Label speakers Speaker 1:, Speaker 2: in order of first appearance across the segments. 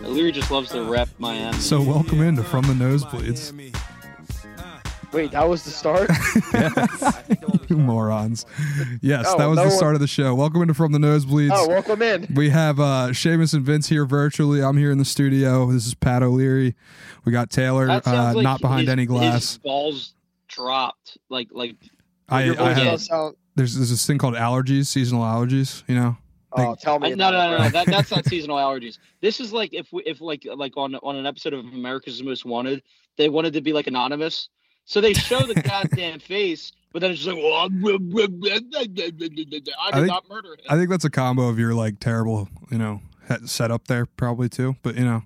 Speaker 1: Leary just loves to rep Miami.
Speaker 2: So welcome into From the Nosebleeds,
Speaker 3: Wait, that was the start?
Speaker 2: you morons. Yes,
Speaker 3: Oh,
Speaker 2: that was
Speaker 3: no
Speaker 2: the
Speaker 3: one-
Speaker 2: start of the show. Welcome into From the Nosebleeds.
Speaker 3: oh, welcome in.
Speaker 2: We have uh Seamus and Vince here virtually. I'm here in the studio. This is Pat O'Leary. We got Taylor,
Speaker 1: That
Speaker 2: uh,
Speaker 1: sounds like
Speaker 2: not behind
Speaker 1: his-
Speaker 2: any
Speaker 1: His
Speaker 2: glass.
Speaker 1: balls dropped. Like like
Speaker 2: I,
Speaker 3: Your
Speaker 2: I
Speaker 3: voice
Speaker 1: had-
Speaker 2: have
Speaker 3: does sound-
Speaker 2: there's, there's this thing called allergies, seasonal allergies. You know,
Speaker 3: Oh, tell
Speaker 1: I,
Speaker 3: me.
Speaker 1: no no
Speaker 3: about it,
Speaker 1: no,
Speaker 3: bro.
Speaker 1: no that, that's not seasonal allergies. This is like if we if like like on on an episode of America's Most Wanted, they wanted to be like anonymous, so they show the goddamn face, but then it's just like, well, I'm- I did
Speaker 2: think-
Speaker 1: not murder him.
Speaker 2: I think that's a combo of your like terrible, you know, he- setup there probably too. But you know,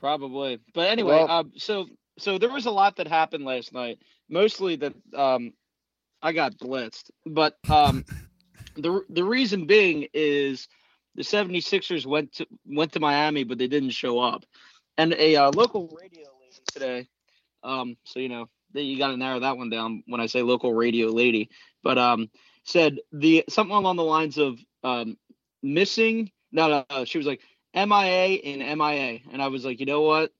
Speaker 1: Probably. But anyway,
Speaker 3: Well-
Speaker 1: um, so so there was a lot that happened last night. Mostly that um, I got blitzed. But um, the the reason being is the 76ers went to went to Miami, but they didn't show up. And a uh, local radio lady today. Um, so you know that you got to narrow that one down when I say local radio lady. But um, said the something along the lines of um, missing. No, no, no, she was like. MIA and MIA. And I was like, you know what?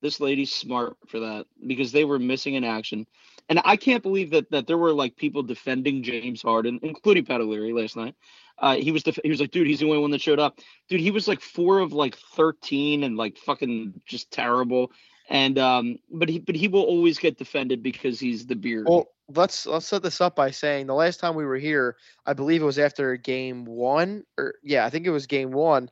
Speaker 1: This lady's smart for that because they were missing in action. And I can't believe that that there were like people defending James Harden, including Pat O'Leary last night. Uh, he was def- he was like, dude, he's the only one that showed up. Dude, he was like four of like thirteen and like fucking just terrible. And um, but he but he will always get defended because he's the beard.
Speaker 3: Well, let's let's set this up by saying the last time we were here, I believe it was after game one, or yeah, I think it was game one,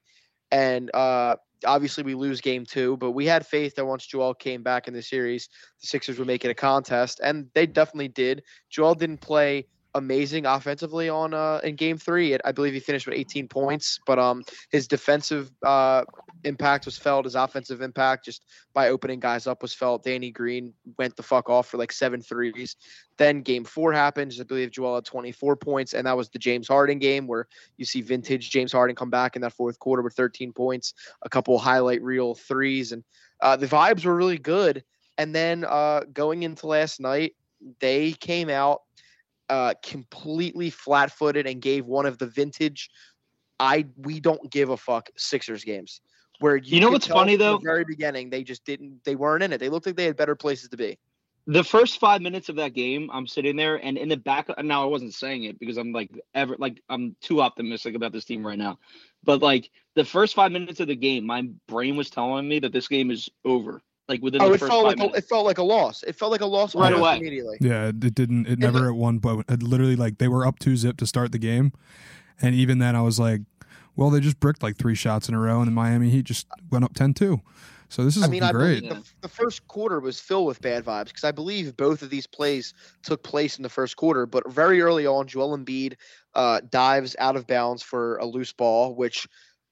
Speaker 3: and uh, obviously we lose game two, but we had faith that once Joel came back in the series, the Sixers would make it a contest, and they definitely did. Joel didn't play amazing offensively on uh, in game three. It, I believe he finished with 18 points, but um, his defensive uh, impact was felt. His offensive impact just by opening guys up was felt. Danny Green went the fuck off for like seven threes. Then game four happens. I believe Joel had 24 points, and that was the James Harden game where you see vintage James Harden come back in that fourth quarter with 13 points, a couple highlight reel threes, and uh, the vibes were really good. And then uh, going into last night, they came out uh, completely flat-footed and gave one of the vintage I we don't give a fuck Sixers games. Where you,
Speaker 1: You know
Speaker 3: could
Speaker 1: what's
Speaker 3: tell
Speaker 1: funny,
Speaker 3: from the
Speaker 1: though?
Speaker 3: very beginning they just didn't they weren't in it. They looked like they had better places to be.
Speaker 1: the first five minutes of that game, I'm sitting there, and in the back, now I wasn't saying it because I'm like ever like I'm too optimistic about this team right now, but like the first five minutes of the game, my brain was telling me that this game is over. Like within
Speaker 3: Oh,
Speaker 1: the
Speaker 3: it
Speaker 1: first
Speaker 3: felt
Speaker 1: five
Speaker 3: like a,
Speaker 1: minutes,
Speaker 3: it felt like a loss. It felt like a loss
Speaker 1: Right
Speaker 3: almost
Speaker 1: away.
Speaker 3: immediately.
Speaker 2: yeah, it, it didn't. It never at one point. It literally like they were up two zip to start the game, and even then I was like, well, they just bricked like three shots in a row, and the Miami Heat just went up 10-2. So this is
Speaker 3: I mean, I
Speaker 2: looking great.
Speaker 3: believe the, the first quarter was filled with bad vibes because I believe both of these plays took place in the first quarter. But very early on, Joel Embiid uh, dives out of bounds for a loose ball. Which,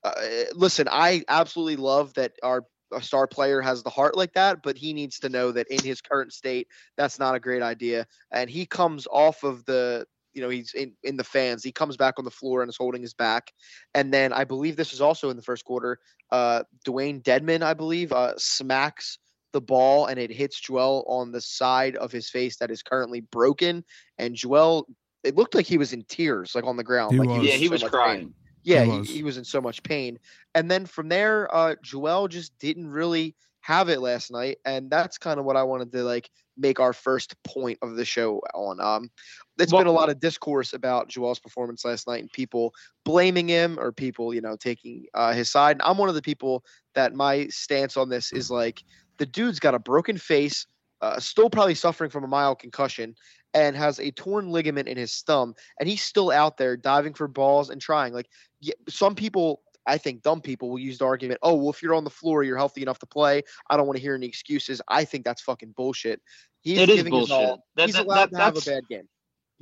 Speaker 3: uh, listen, I absolutely love that our, our star player has the heart like that, but he needs to know that in his current state, that's not a great idea. And he comes off of the. You know he's in, in the fans. He comes back on the floor and is holding his back, and then I believe this is also in the first quarter uh, Dwayne Deadman, I believe, uh, smacks the ball and it hits Joel on the side of his face that is currently broken. And Joel, it looked like he was in tears, like on the ground.
Speaker 2: He
Speaker 3: like
Speaker 2: was.
Speaker 1: yeah,
Speaker 3: in
Speaker 1: he
Speaker 3: so
Speaker 1: was
Speaker 3: much
Speaker 1: crying.
Speaker 3: pain. Yeah,
Speaker 2: He
Speaker 3: he
Speaker 2: was.
Speaker 3: He, was in so much pain. And then from there, uh, Joel just didn't really have it last night, and that's kind of what I wanted to like make our first point of the show on. Um, there's been a
Speaker 1: Well-
Speaker 3: lot of discourse about Joel's performance last night, and people blaming him or people, you know, taking uh, his side. And I'm one of the people that my stance on this is like the dude's got a broken face, uh, still probably suffering from a mild concussion, and has a torn ligament in his thumb, and he's still out there diving for balls and trying. Like y- some people. I think dumb people will use the argument, oh, well, if you're on the floor, you're healthy enough to play. I don't want to hear any excuses. I think that's fucking bullshit. He's
Speaker 1: it is
Speaker 3: giving his
Speaker 1: bullshit.
Speaker 3: all.
Speaker 1: That-
Speaker 3: He's
Speaker 1: that-
Speaker 3: allowed
Speaker 1: that-
Speaker 3: to have a
Speaker 1: that's-
Speaker 3: bad game.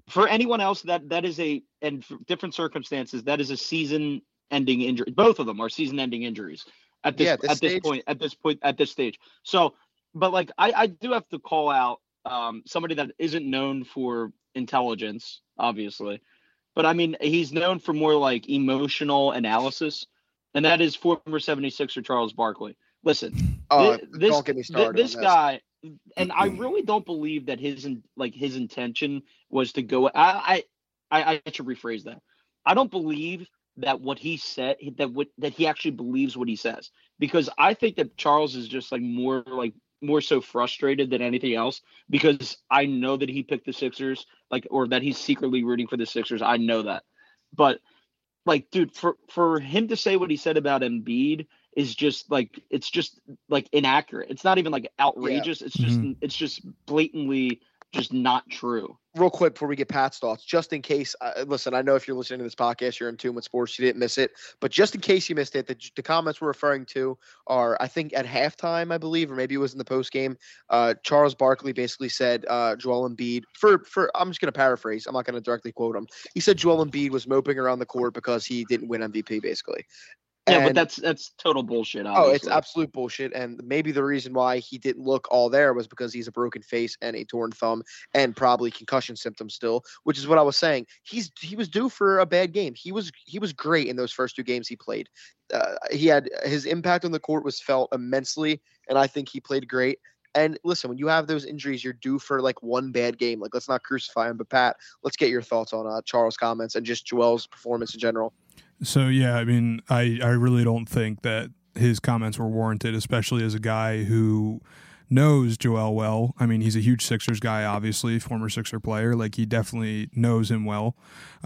Speaker 1: for anyone else that that is a and for different circumstances that is a season ending injury both of them are season ending injuries at this,
Speaker 3: Yeah, at this
Speaker 1: at this
Speaker 3: stage.
Speaker 1: point at this point at this stage so but like i i do have to call out um somebody that isn't known for intelligence obviously but i mean he's known for more like emotional analysis and that is former 76er charles barkley listen
Speaker 3: Oh,
Speaker 1: Thi- this-
Speaker 3: don't get me
Speaker 1: thi-
Speaker 3: started.
Speaker 1: this
Speaker 3: on this. Mm-hmm.
Speaker 1: guy, and I really don't believe that his in, like his intention was to go. I, I I I should rephrase that. I don't believe that what he said that what that he actually believes what he says because I think that Charles is just like more like more so frustrated than anything else because I know that he picked the Sixers like or that he's secretly rooting for the Sixers. I know that, but like, dude, for for him to say what he said about Embiid is just like it's just like inaccurate. It's not even like outrageous. It's just
Speaker 2: Mhm.
Speaker 1: it's just blatantly just not true.
Speaker 3: real quick before we get Pat's thoughts, just in case, uh, listen, I know if you're listening to this podcast, you're in tune with sports, you didn't miss it. But just in case you missed it, the, the comments we're referring to are, I think, at halftime, I believe, or maybe it was in the post game. Uh, Charles Barkley basically said uh, Joel Embiid for for. I'm just going to paraphrase. I'm not going to directly quote him. He said Joel Embiid was moping around the court because he didn't win MVP, basically.
Speaker 1: Yeah, but
Speaker 3: And-
Speaker 1: that's that's total bullshit.
Speaker 3: Oh, it's
Speaker 1: obviously.
Speaker 3: absolute bullshit. And maybe the reason why he didn't look all there was because he's a broken face and a torn thumb and probably concussion symptoms still, which is what I was saying. He's he was due for a bad game. He was he was great in those first two games he played. Uh, he had his impact on the court was felt immensely, and I think he played great. And listen, when you have those injuries, you're due for like one bad game. Like, let's not crucify him. But Pat, let's get your thoughts on uh, Charles' comments and just Joel's performance in general.
Speaker 2: So yeah, I mean, I I really don't think that his comments were warranted, especially as a guy who knows Joel well. I mean, he's a huge Sixers guy, obviously, former Sixer player. Like he definitely knows him well.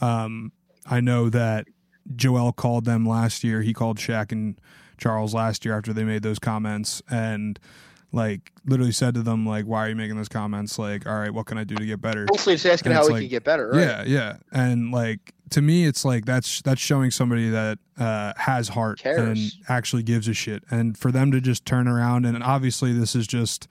Speaker 2: Um, I know that Joel called them last year. He called Shaq and Charles last year after they made those comments and like literally said to them like, "Why are you making those comments? Like, all right, what can I do to get better?"
Speaker 3: Mostly just asking
Speaker 2: And
Speaker 3: how
Speaker 2: it's
Speaker 3: he
Speaker 2: like-
Speaker 3: can get better. Right?
Speaker 2: Yeah, yeah. And like to me it's like that's that's showing somebody that uh has heart
Speaker 3: Cares.
Speaker 2: and actually gives a shit. And for them to just turn around and obviously this is just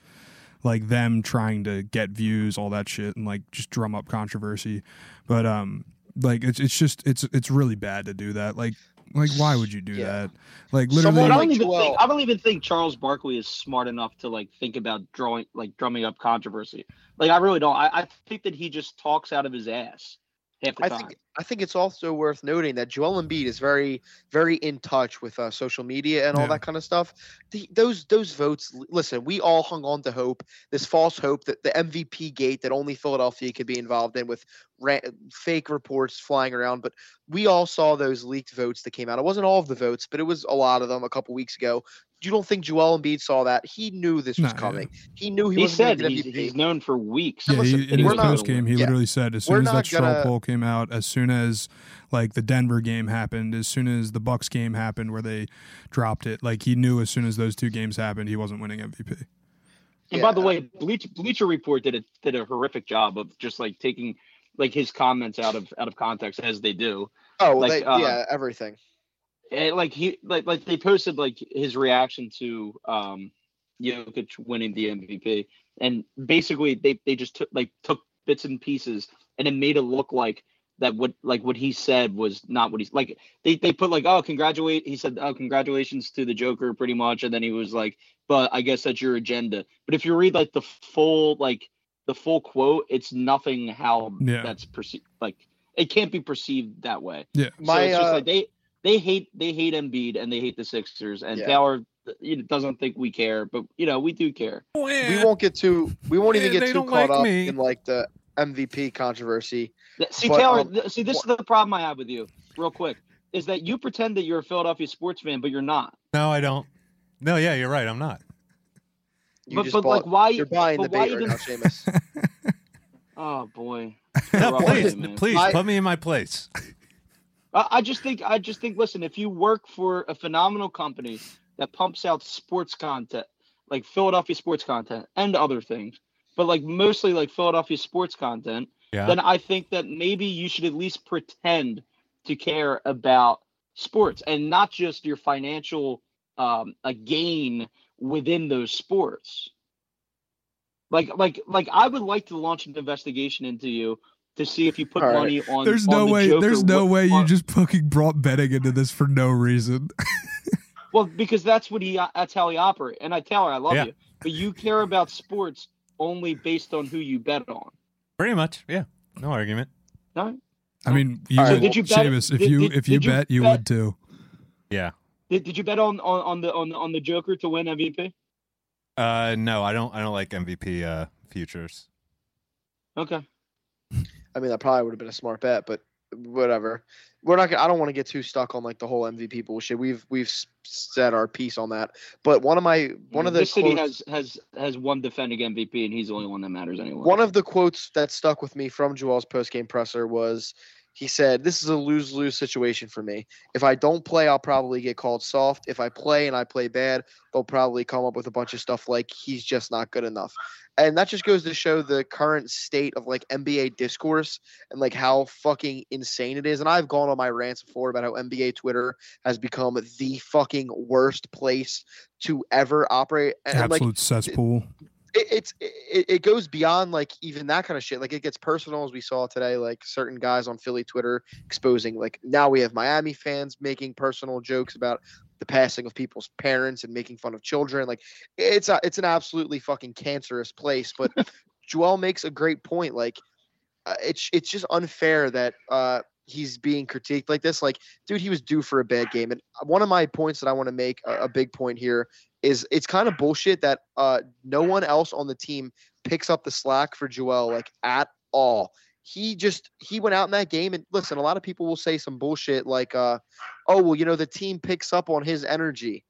Speaker 2: like them trying to get views, all that shit and like just drum up controversy. But um like it's it's just it's it's really bad to do that. Like like why would you do
Speaker 3: Yeah.
Speaker 2: that? Like
Speaker 3: Someone
Speaker 2: literally
Speaker 1: But I
Speaker 3: like
Speaker 1: don't even
Speaker 3: Joel.
Speaker 1: think I don't even think Charles Barkley is smart enough to like think about drawing like drumming up controversy. Like I really don't. I, I think that he just talks out of his ass half the
Speaker 3: I
Speaker 1: time.
Speaker 3: think I think it's also worth noting that Joel Embiid is very very in touch with uh, social media and all
Speaker 2: Yeah.
Speaker 3: that kind of stuff. The, those those votes. l- Listen, we all hung on to hope, this false hope that the MVP gate that only Philadelphia could be involved in with ra- fake reports flying around. But we all saw those leaked votes that came out. It wasn't all of the votes, but it was a lot of them a couple weeks ago. You don't think Joel Embiid saw that? He knew this was
Speaker 2: No, yeah.
Speaker 3: coming. He knew he,
Speaker 1: he
Speaker 3: wasn't gonna
Speaker 1: said
Speaker 3: get
Speaker 1: he's,
Speaker 3: MVP.
Speaker 1: he's known for weeks.
Speaker 2: Yeah,
Speaker 3: listen,
Speaker 2: he, in his
Speaker 1: we're not-
Speaker 2: post game, he
Speaker 3: yeah.
Speaker 2: literally said as
Speaker 3: We're
Speaker 2: soon as
Speaker 3: not
Speaker 2: that straw
Speaker 3: gonna-
Speaker 2: poll came out, as soon as like the Denver game happened, as soon as the Bucks game happened where they dropped it, like he knew as soon as those two games happened, he wasn't winning MVP.
Speaker 1: And by the
Speaker 3: Yeah.
Speaker 1: way, Bleach, Bleacher Report did a did a horrific job of just like taking like his comments out of out of context as they do.
Speaker 3: oh,
Speaker 1: like,
Speaker 3: they,
Speaker 1: uh,
Speaker 3: yeah, everything.
Speaker 1: And like he like like they posted like his reaction to um Jokic winning the MVP, and basically they they just took like took bits and pieces and it made it look like that what like what he said was not what he's like they they put like oh congratulate he said oh congratulations to the Joker pretty much and then he was like but I guess that's your agenda but if you read like the full like the full quote it's nothing how
Speaker 2: Yeah.
Speaker 1: that's perceived like it can't be perceived that way so
Speaker 3: My
Speaker 1: it's just
Speaker 3: uh,
Speaker 1: like they they hate they hate Embiid and they hate the Sixers and
Speaker 3: Yeah.
Speaker 1: Taylor you know, doesn't think we care, but you know we do care.
Speaker 3: we won't get too we won't even
Speaker 2: Yeah,
Speaker 3: get
Speaker 2: they
Speaker 3: too
Speaker 2: don't like
Speaker 3: caught up
Speaker 2: me.
Speaker 3: in like the MVP controversy.
Speaker 1: Th- See
Speaker 3: But,
Speaker 1: Taylor,
Speaker 3: um,
Speaker 1: th- see this is the problem I have with you, real quick, is that you pretend that you're a Philadelphia sports fan, but you're not.
Speaker 4: No, I don't. No, yeah, you're right. I'm not.
Speaker 3: You
Speaker 1: but
Speaker 3: just
Speaker 1: but
Speaker 3: bought,
Speaker 1: like why?
Speaker 3: you're buying the
Speaker 1: but why
Speaker 3: bait right
Speaker 1: even-
Speaker 3: now, Seamus.
Speaker 1: Oh boy.
Speaker 4: No,
Speaker 1: Rough
Speaker 4: please,
Speaker 1: day, man.
Speaker 4: please
Speaker 3: My-
Speaker 4: put me in my place.
Speaker 1: I, I just think I just think listen, if you work for a phenomenal company that pumps out sports content, like Philadelphia sports content and other things, but like mostly like Philadelphia sports content,
Speaker 4: Yeah.
Speaker 1: then I think that maybe you should at least pretend to care about sports and not just your financial um, a gain within those sports. Like, like, like, I would like to launch an investigation into you to see if you put
Speaker 3: All right.
Speaker 1: money on.
Speaker 2: there's
Speaker 1: on
Speaker 2: no
Speaker 1: the
Speaker 2: way
Speaker 1: Joker
Speaker 2: there's no
Speaker 1: wi-
Speaker 2: way you
Speaker 1: on-
Speaker 2: just fucking brought betting into this for no reason.
Speaker 1: Well, because that's what he that's how he operates. And I tell her I love
Speaker 4: Yeah.
Speaker 1: you, but you care about sports only based on who you bet on.
Speaker 4: Pretty much. Yeah. No argument.
Speaker 1: No?
Speaker 2: I mean, you
Speaker 3: All right,
Speaker 2: would,
Speaker 1: did you bet-
Speaker 2: Seamus, if
Speaker 1: did-
Speaker 2: you
Speaker 1: did-
Speaker 2: if you
Speaker 1: did you
Speaker 2: bet, you
Speaker 1: bet-
Speaker 2: would too.
Speaker 4: Yeah.
Speaker 1: Did, did you bet on, on on the on the- on the Joker to win MVP?
Speaker 4: Uh, no, I don't. I don't like MVP uh, futures.
Speaker 1: Okay.
Speaker 3: I mean, that probably would have been a smart bet, but whatever. We're not. Gonna, I don't want to get too stuck on like the whole MVP bullshit. We've we've s- said our piece on that. But one of my one of the
Speaker 1: this city
Speaker 3: quotes-
Speaker 1: has has has one defending MVP, and he's the only one that matters anyway.
Speaker 3: One of the quotes that stuck with me from Joel's postgame presser was he said, This is a lose lose situation for me. If I don't play, I'll probably get called soft. If I play and I play bad, they'll probably come up with a bunch of stuff like he's just not good enough. And that just goes to show the current state of like NBA discourse and like how fucking insane it is. And I've gone on my rants before about how NBA Twitter has become the fucking worst place to ever operate. And, and, like,
Speaker 2: Absolute cesspool.
Speaker 3: it, it's it, it goes beyond like even that kind of shit. Like it gets personal, as we saw today. Like certain guys on Philly Twitter exposing. Like now we have Miami fans making personal jokes about the passing of people's parents and making fun of children. Like it's a, it's an absolutely fucking cancerous place. But Joel makes a great point. Like uh, it's it's just unfair that uh, he's being critiqued like this. Like dude, he was due for a bad game. And uh, one of my points that I want to make a, a big point here is it's kind of bullshit that uh, no one else on the team picks up the slack for Joel like at all. He just he went out in that game and listen, a lot of people will say some bullshit like uh oh well, you know, the team picks up on his energy.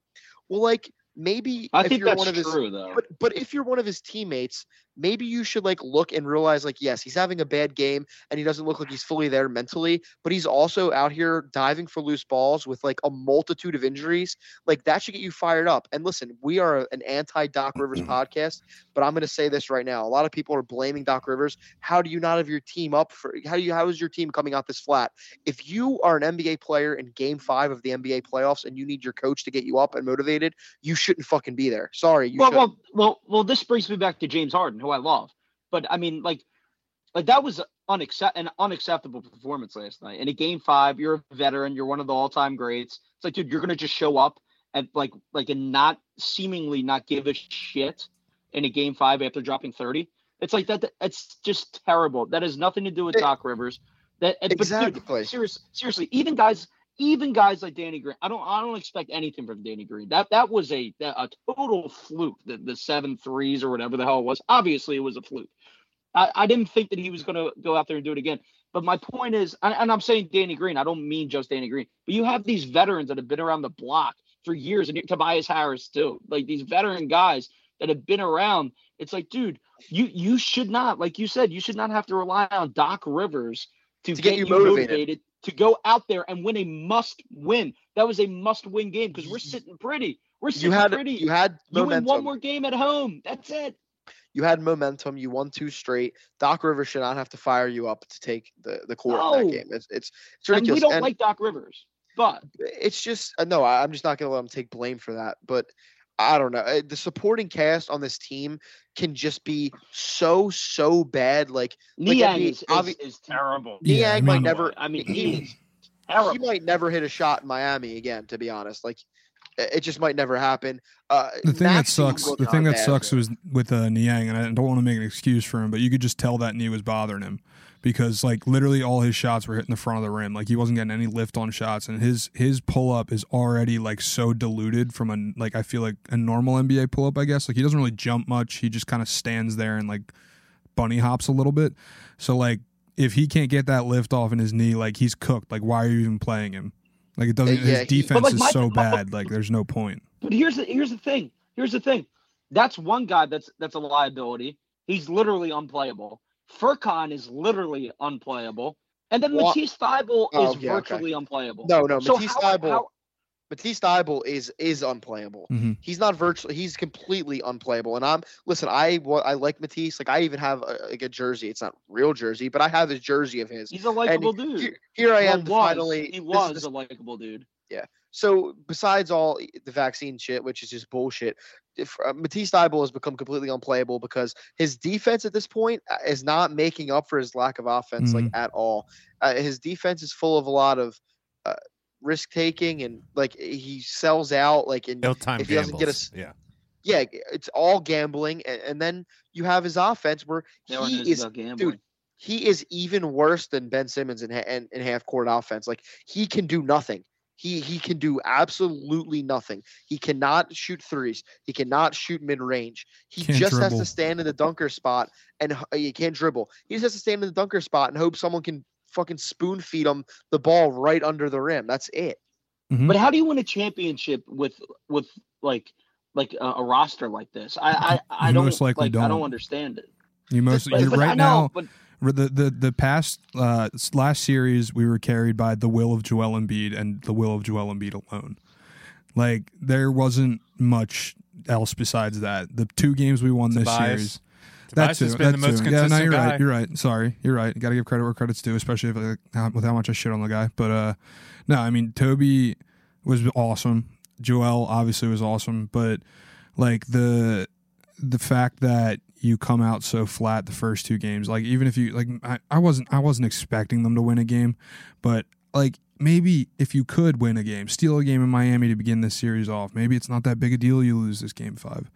Speaker 3: Well, like maybe
Speaker 1: I
Speaker 3: if
Speaker 1: think
Speaker 3: you're
Speaker 1: that's
Speaker 3: one of his
Speaker 1: true, though.
Speaker 3: but but if you're one of his teammates, maybe you should like look and realize like yes, he's having a bad game and he doesn't look like he's fully there mentally, but he's also out here diving for loose balls with like a multitude of injuries. Like that should get you fired up. And listen, we are an anti Doc Rivers
Speaker 1: Mm-hmm.
Speaker 3: podcast, but I'm going to say this right now. A lot of people are blaming Doc Rivers. How do you not have your team up for how do you how is your team coming out this flat? If you are an NBA player in game 5 of the NBA playoffs and you need your coach to get you up and motivated, you shouldn't fucking be there. Sorry, you
Speaker 1: well,
Speaker 3: shouldn't.
Speaker 1: well, well, well, this brings me back to James Harden, who I love. But I mean, like, like that was unaccept- an unacceptable performance last night. In a game five, you're a veteran, you're one of the all-time greats. It's like, dude, you're gonna just show up and like, like, and not seemingly not give a shit in a game five after dropping thirty. It's like that. It's just terrible. That has nothing to do with
Speaker 3: It-
Speaker 1: Doc Rivers. That and- but, dude,
Speaker 3: Exactly.
Speaker 1: serious, seriously, even guys, even guys like Danny Green. I don't, I don't expect anything from Danny Green. That that was a a total fluke. The the seven threes or whatever the hell it was. Obviously, it was a fluke. I, I didn't think that he was going to go out there and do it again. But my point is, and, and I'm saying Danny Green. I don't mean just Danny Green, but you have these veterans that have been around the block for years, and Tobias Harris too. Like these veteran guys that have been around. It's like, dude, you you should not, like you said, you should not have to rely on Doc Rivers to,
Speaker 3: To get you motivated.
Speaker 1: to go out there and win a must win. That was a must win game because we're sitting pretty. We're sitting
Speaker 3: you had
Speaker 1: pretty.
Speaker 3: you had
Speaker 1: You win
Speaker 3: momentum.
Speaker 1: one more game at home. That's it.
Speaker 3: you had momentum. You won two straight. Doc Rivers should not have to fire you up to take the the core in
Speaker 1: No.
Speaker 3: that game. It's it's, it's
Speaker 1: And we
Speaker 3: ridiculous.
Speaker 1: don't
Speaker 3: And
Speaker 1: like Doc Rivers, but
Speaker 3: it's just uh, no. I, I'm just not gonna let him take blame for that. But I don't know. Uh, The supporting cast on this team can just be so so bad. Like Like,
Speaker 1: Niang
Speaker 3: I mean,
Speaker 1: is, is,
Speaker 3: obvi-
Speaker 1: is terrible.
Speaker 2: Yeah,
Speaker 3: Niang
Speaker 2: I
Speaker 3: might
Speaker 2: mean-
Speaker 3: never.
Speaker 1: I mean,
Speaker 3: he-
Speaker 1: he is
Speaker 3: He
Speaker 1: terrible.
Speaker 3: might never hit a shot in Miami again. To be honest, like it it just might never happen. Uh,
Speaker 2: The thing that
Speaker 3: Maxey
Speaker 2: sucks,
Speaker 3: looked
Speaker 2: the thing that
Speaker 3: bad.
Speaker 2: sucks was with uh, Niang, and I don't want to make an excuse for him, but you could just tell that knee was bothering him because like literally all his shots were hitting the front of the rim. Like he wasn't getting any lift on shots, and his his pull up is already like so diluted from a like I feel like a normal NBA pull up. I guess like he doesn't really jump much. He just kind of stands there and like bunny hops a little bit. So like if he can't get that lift off in his knee, like he's cooked. Like why are you even playing him? Like it doesn't.
Speaker 3: Yeah,
Speaker 2: his
Speaker 3: he- But,
Speaker 2: defense
Speaker 1: like,
Speaker 2: is
Speaker 1: my-
Speaker 2: so
Speaker 1: my-
Speaker 2: bad. Like there's no point.
Speaker 1: But here's the here's the thing. Here's the thing. That's one guy that's that's a liability. He's literally unplayable. Furcon is literally unplayable, and then
Speaker 3: Wa-
Speaker 1: Matisse Thybulle
Speaker 3: Oh,
Speaker 1: is
Speaker 3: yeah, okay.
Speaker 1: virtually unplayable.
Speaker 3: No, no,
Speaker 1: So
Speaker 3: Matisse
Speaker 1: how-
Speaker 3: Thybulle.
Speaker 1: how-
Speaker 3: Matisse Thybulle is is unplayable.
Speaker 2: Mhm.
Speaker 3: He's not virtually. He's completely unplayable. And I'm listen. I wa- I like Matisse. Like I even have a, like a jersey. It's not real jersey, but I have this jersey of his.
Speaker 1: he's a likable dude.
Speaker 3: Here, here I am. to
Speaker 1: Well, was.
Speaker 3: finally,
Speaker 1: he
Speaker 3: this is
Speaker 1: was
Speaker 3: the-
Speaker 1: a likable dude.
Speaker 3: so besides all the vaccine shit, which is just bullshit, if, uh, Matisse Thybulle has become completely unplayable because his defense at this point uh, is not making up for his lack of offense like at all. Uh, his defense is full of a lot of uh, risk taking and like he sells out like and
Speaker 4: Ill time
Speaker 3: If he doesn't
Speaker 4: gambles.
Speaker 3: get us-
Speaker 4: yeah.
Speaker 3: yeah, it's all gambling, and, and then you have his offense where
Speaker 1: Now it
Speaker 3: he
Speaker 1: is
Speaker 3: is
Speaker 1: about gambling.
Speaker 3: dude, he is even worse than Ben Simmons in, ha- in, in half court offense. Like he can do nothing. He he can do absolutely nothing. He cannot shoot threes. He cannot shoot mid range. He
Speaker 2: Can't
Speaker 3: just has
Speaker 2: dribble.
Speaker 3: to stand in the dunker spot and h- he can't dribble. He just has to stand in the dunker spot and hope someone can fucking spoon feed him the ball right under the rim. That's it.
Speaker 2: Mhm.
Speaker 1: But how do you win a championship with with like like a, a roster like this? I I, I
Speaker 2: You
Speaker 1: don't
Speaker 2: most likely
Speaker 1: like, I
Speaker 2: don't.
Speaker 1: don't understand it.
Speaker 2: You mostly
Speaker 1: But-
Speaker 2: you
Speaker 1: but I
Speaker 2: right
Speaker 1: know,
Speaker 2: now
Speaker 1: but
Speaker 2: r- the the the past uh, s- last series we were carried by the will of Joel Embiid and the will of Joel Embiid alone. Like there wasn't much else besides that. The two games we won this
Speaker 4: Tobias.
Speaker 2: series.
Speaker 4: Tobias
Speaker 2: too,
Speaker 4: has been the
Speaker 2: that
Speaker 4: most
Speaker 2: too.
Speaker 4: consistent
Speaker 2: Yeah, no, you're
Speaker 4: guy.
Speaker 2: right. You're right. Sorry, you're right. Got to give credit where credits due, especially if, uh, how- with how much I shit on the guy. But uh, no, I mean Toby was awesome. Joel obviously was awesome, but like the the fact that you come out so flat the first two games, like even if you like, I, I wasn't I wasn't expecting them to win a game, but like maybe if you could win a game, steal a game in Miami to begin this series off, maybe it's not that big a deal you lose this game five,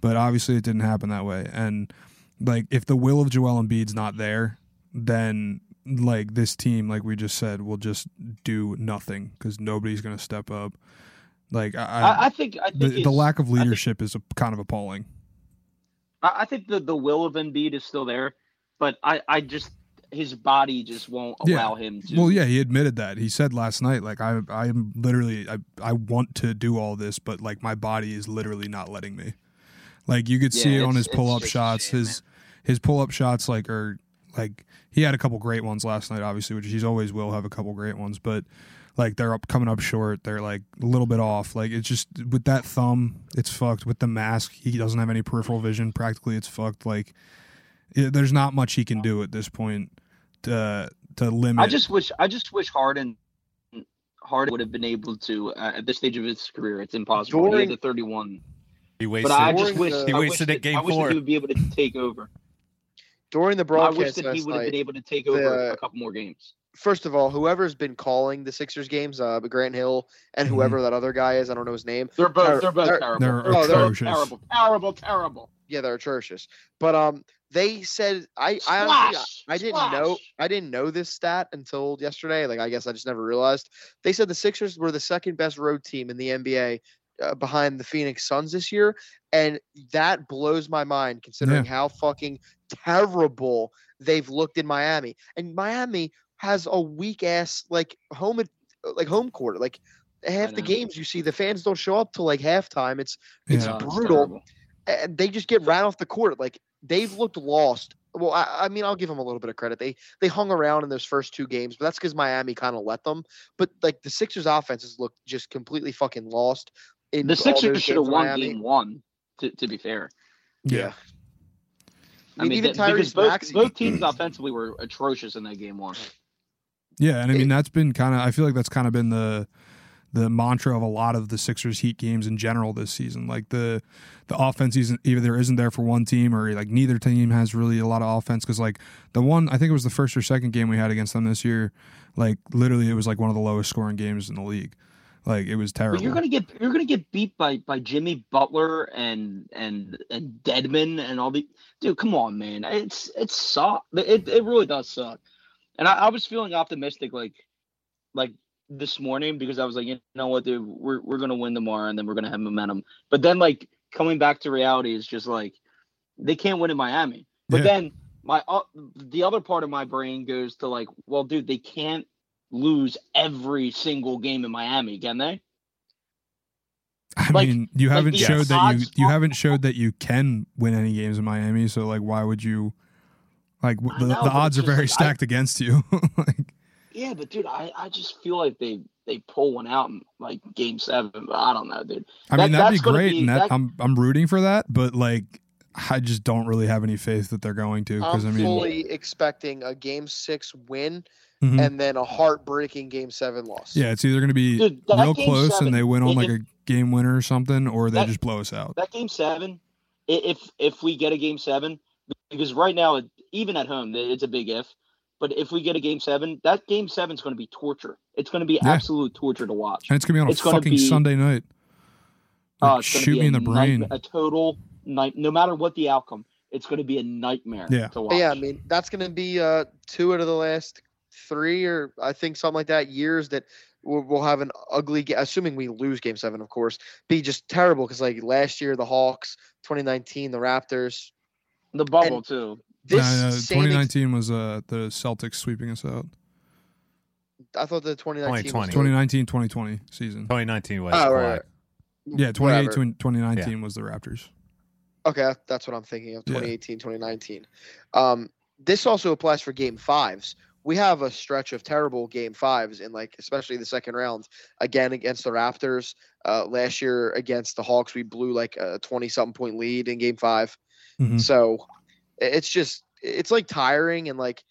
Speaker 2: but obviously it didn't happen that way, and like if the will of Joel Embiid's not there, then like this team, like we just said, will just do nothing because nobody's gonna step up. Like I, I,
Speaker 1: I, I think I think
Speaker 2: uh, the, the
Speaker 1: it's-
Speaker 2: lack of
Speaker 1: think-
Speaker 2: leadership is a, kind of appalling.
Speaker 1: I, I think the the will of Embiid is still there, but I I just his body just won't
Speaker 2: Yeah.
Speaker 1: allow him to.
Speaker 2: Well, yeah, he admitted that. He said last night, like I, I'm literally, I, I want to do all this, but like my body is literally not letting me. Like you could see
Speaker 1: Yeah,
Speaker 2: it on
Speaker 1: it's-
Speaker 2: his
Speaker 1: it's
Speaker 2: pull up
Speaker 1: just a
Speaker 2: shots.
Speaker 1: shame,
Speaker 2: his his pull up shots, like are like he had a couple great ones last night, obviously, which he's always will have a couple great ones, but like they're up coming up short. They're like a little bit off. Like it's just with that thumb, it's fucked. With the mask, he doesn't have any peripheral vision. Practically, it's fucked. Like it, there's not much he can do at this point to to limit.
Speaker 1: I just wish I just wish Harden Harden would have been able to uh, at this stage of his career. It's impossible. he
Speaker 3: During-
Speaker 1: had the 31,
Speaker 4: He wasted.
Speaker 1: but I just
Speaker 3: during
Speaker 1: wish uh,
Speaker 3: the-
Speaker 4: He
Speaker 1: I wish
Speaker 4: wasted
Speaker 1: that-
Speaker 4: at game
Speaker 1: I wish
Speaker 4: four.
Speaker 1: that he would be able to take over.
Speaker 3: During the
Speaker 1: I
Speaker 3: broadcast
Speaker 1: wish that he
Speaker 3: last
Speaker 1: would have
Speaker 3: night,
Speaker 1: been able to take over
Speaker 3: the-
Speaker 1: a couple more games.
Speaker 3: first of all, whoever's been calling the Sixers games, uh, Grant Hill and whoever that other guy is, I don't know his name.
Speaker 1: They're both
Speaker 3: uh, They're- Oh,
Speaker 1: they're both
Speaker 3: they're-
Speaker 1: terrible.
Speaker 2: they're
Speaker 1: both
Speaker 2: atrocious.
Speaker 1: terrible, terrible, terrible.
Speaker 3: Yeah, they're atrocious. But um, they said I, I honestly,
Speaker 1: Splash!
Speaker 3: I didn't know
Speaker 1: Splash!
Speaker 3: I didn't know this stat until yesterday. Like I guess I just never realized. They said the Sixers were the second best road team in the NBA uh, behind the Phoenix Suns this year, and that blows my mind considering how fucking terrible they've looked in Miami. And Miami has a weak ass like home ad- like home court. Like half the
Speaker 1: know.
Speaker 3: games you see the fans don't show up till like halftime. It's it's
Speaker 2: Yeah.
Speaker 1: No, it's
Speaker 3: brutal
Speaker 1: terrible.
Speaker 3: and they just get ran off the court. Like they've looked lost. Well, I, I mean, I'll give them a little bit of credit. They they hung around in those first two games, but that's because Miami kind of let them. But like the Sixers' offenses looked just completely fucking lost. In
Speaker 1: The
Speaker 3: all those
Speaker 1: Sixers should have
Speaker 3: games in
Speaker 1: won
Speaker 3: Miami.
Speaker 1: game one. To, to be fair,
Speaker 2: yeah.
Speaker 1: I,
Speaker 3: I mean, even
Speaker 1: that- because
Speaker 3: Tyrese
Speaker 1: both,
Speaker 3: Maxey-
Speaker 1: both teams offensively were atrocious in that game one.
Speaker 2: Yeah, and I mean
Speaker 3: It-
Speaker 2: that's been kind of I feel like that's kind of been the the mantra of a lot of the Sixers Heat games in general this season. Like the the offense isn't either there isn't there for one team or like neither team has really a lot of offense because like the one I think it was the first or second game we had against them this year, like literally it was like one of the lowest scoring games in the league. Like it was terrible.
Speaker 1: But you're gonna get you're gonna get beat by by Jimmy Butler and and and Deadman and all the dude. Come on, man. It's it suck. It it really does suck. And I, I was feeling optimistic like like this morning because I was like, you know what, dude, we're we're gonna win tomorrow and then we're gonna have momentum. But then like coming back to reality is just like they can't win in Miami. But
Speaker 2: Yeah.
Speaker 1: then my uh, the other part of my brain goes to like, well, dude, they can't lose every single game in Miami, can they?
Speaker 2: I
Speaker 1: like-
Speaker 2: mean, you
Speaker 1: like
Speaker 2: haven't
Speaker 1: the
Speaker 2: showed that you
Speaker 1: odds
Speaker 2: you
Speaker 1: are-
Speaker 2: haven't showed that you can win any games in Miami. So like, why would you? Like
Speaker 1: I
Speaker 2: the,
Speaker 1: know, but
Speaker 2: the
Speaker 1: it's
Speaker 2: odds are
Speaker 1: just,
Speaker 2: very
Speaker 1: like, I-
Speaker 2: stacked against you. like,
Speaker 1: Yeah, but dude, I, I just feel like they they pull one out in like game seven. But I don't know, dude.
Speaker 2: I
Speaker 1: That-
Speaker 2: mean, that'd be
Speaker 1: that's gonna
Speaker 2: great,
Speaker 1: be-
Speaker 2: and that,
Speaker 1: that-
Speaker 2: I'm I'm rooting for that. But like, I just don't really have any faith that they're going to. Because I
Speaker 3: I'm
Speaker 2: mean,
Speaker 3: fully expecting a game six win
Speaker 2: mhm.
Speaker 3: and then a heartbreaking game seven loss.
Speaker 2: yeah, it's either going to be
Speaker 1: Dude, that
Speaker 2: real
Speaker 1: game
Speaker 2: close
Speaker 1: seven,
Speaker 2: and they win on
Speaker 1: if-
Speaker 2: like a game winner or something, or they
Speaker 1: That-
Speaker 2: just blow us out.
Speaker 1: That game seven, i- if if we get a game seven, because right now it, even at home it's a big if. But if we get a game seven, that game seven's going to be torture. It's going to be
Speaker 2: Yeah.
Speaker 1: absolute torture to watch.
Speaker 2: and it's going to be on a
Speaker 1: it's gonna
Speaker 2: fucking
Speaker 1: be-
Speaker 2: Sunday night.
Speaker 1: Oh,
Speaker 2: Like,
Speaker 1: it's gonna
Speaker 2: shoot
Speaker 1: be
Speaker 2: me
Speaker 1: a
Speaker 2: in the brain.
Speaker 1: night- a total night. No matter what the outcome, it's going to be a nightmare.
Speaker 2: Yeah.
Speaker 1: to
Speaker 3: But
Speaker 1: watch.
Speaker 3: yeah, I mean that's going to be uh, two out of the last three or I think something like that years that we'll, we'll have an ugly game. Assuming we lose Game Seven, of course, be just terrible because like last year the Hawks, 2019 the Raptors.
Speaker 1: the bubble too.
Speaker 2: No,
Speaker 3: This
Speaker 2: no,
Speaker 3: same ex-
Speaker 2: 2019 was uh, the Celtics sweeping us out.
Speaker 3: I thought the 2019 was
Speaker 4: 2020.
Speaker 3: the-
Speaker 2: 2019 2020 season.
Speaker 4: 2019 was
Speaker 3: Oh,
Speaker 4: Kawhi.
Speaker 3: right, right.
Speaker 2: Yeah,
Speaker 3: whatever.
Speaker 2: 2018 2019 was the Raptors.
Speaker 3: Okay, that- that's what I'm thinking of
Speaker 2: Yeah.
Speaker 3: 2018, 2019. Um, this also applies for game fives. We have a stretch of terrible game fives in like especially the second round again against the Raptors. Uh, last year against the Hawks, we blew like a 20 something point lead in game 5
Speaker 2: Mhm.
Speaker 3: So i- it's just it's like tiring and like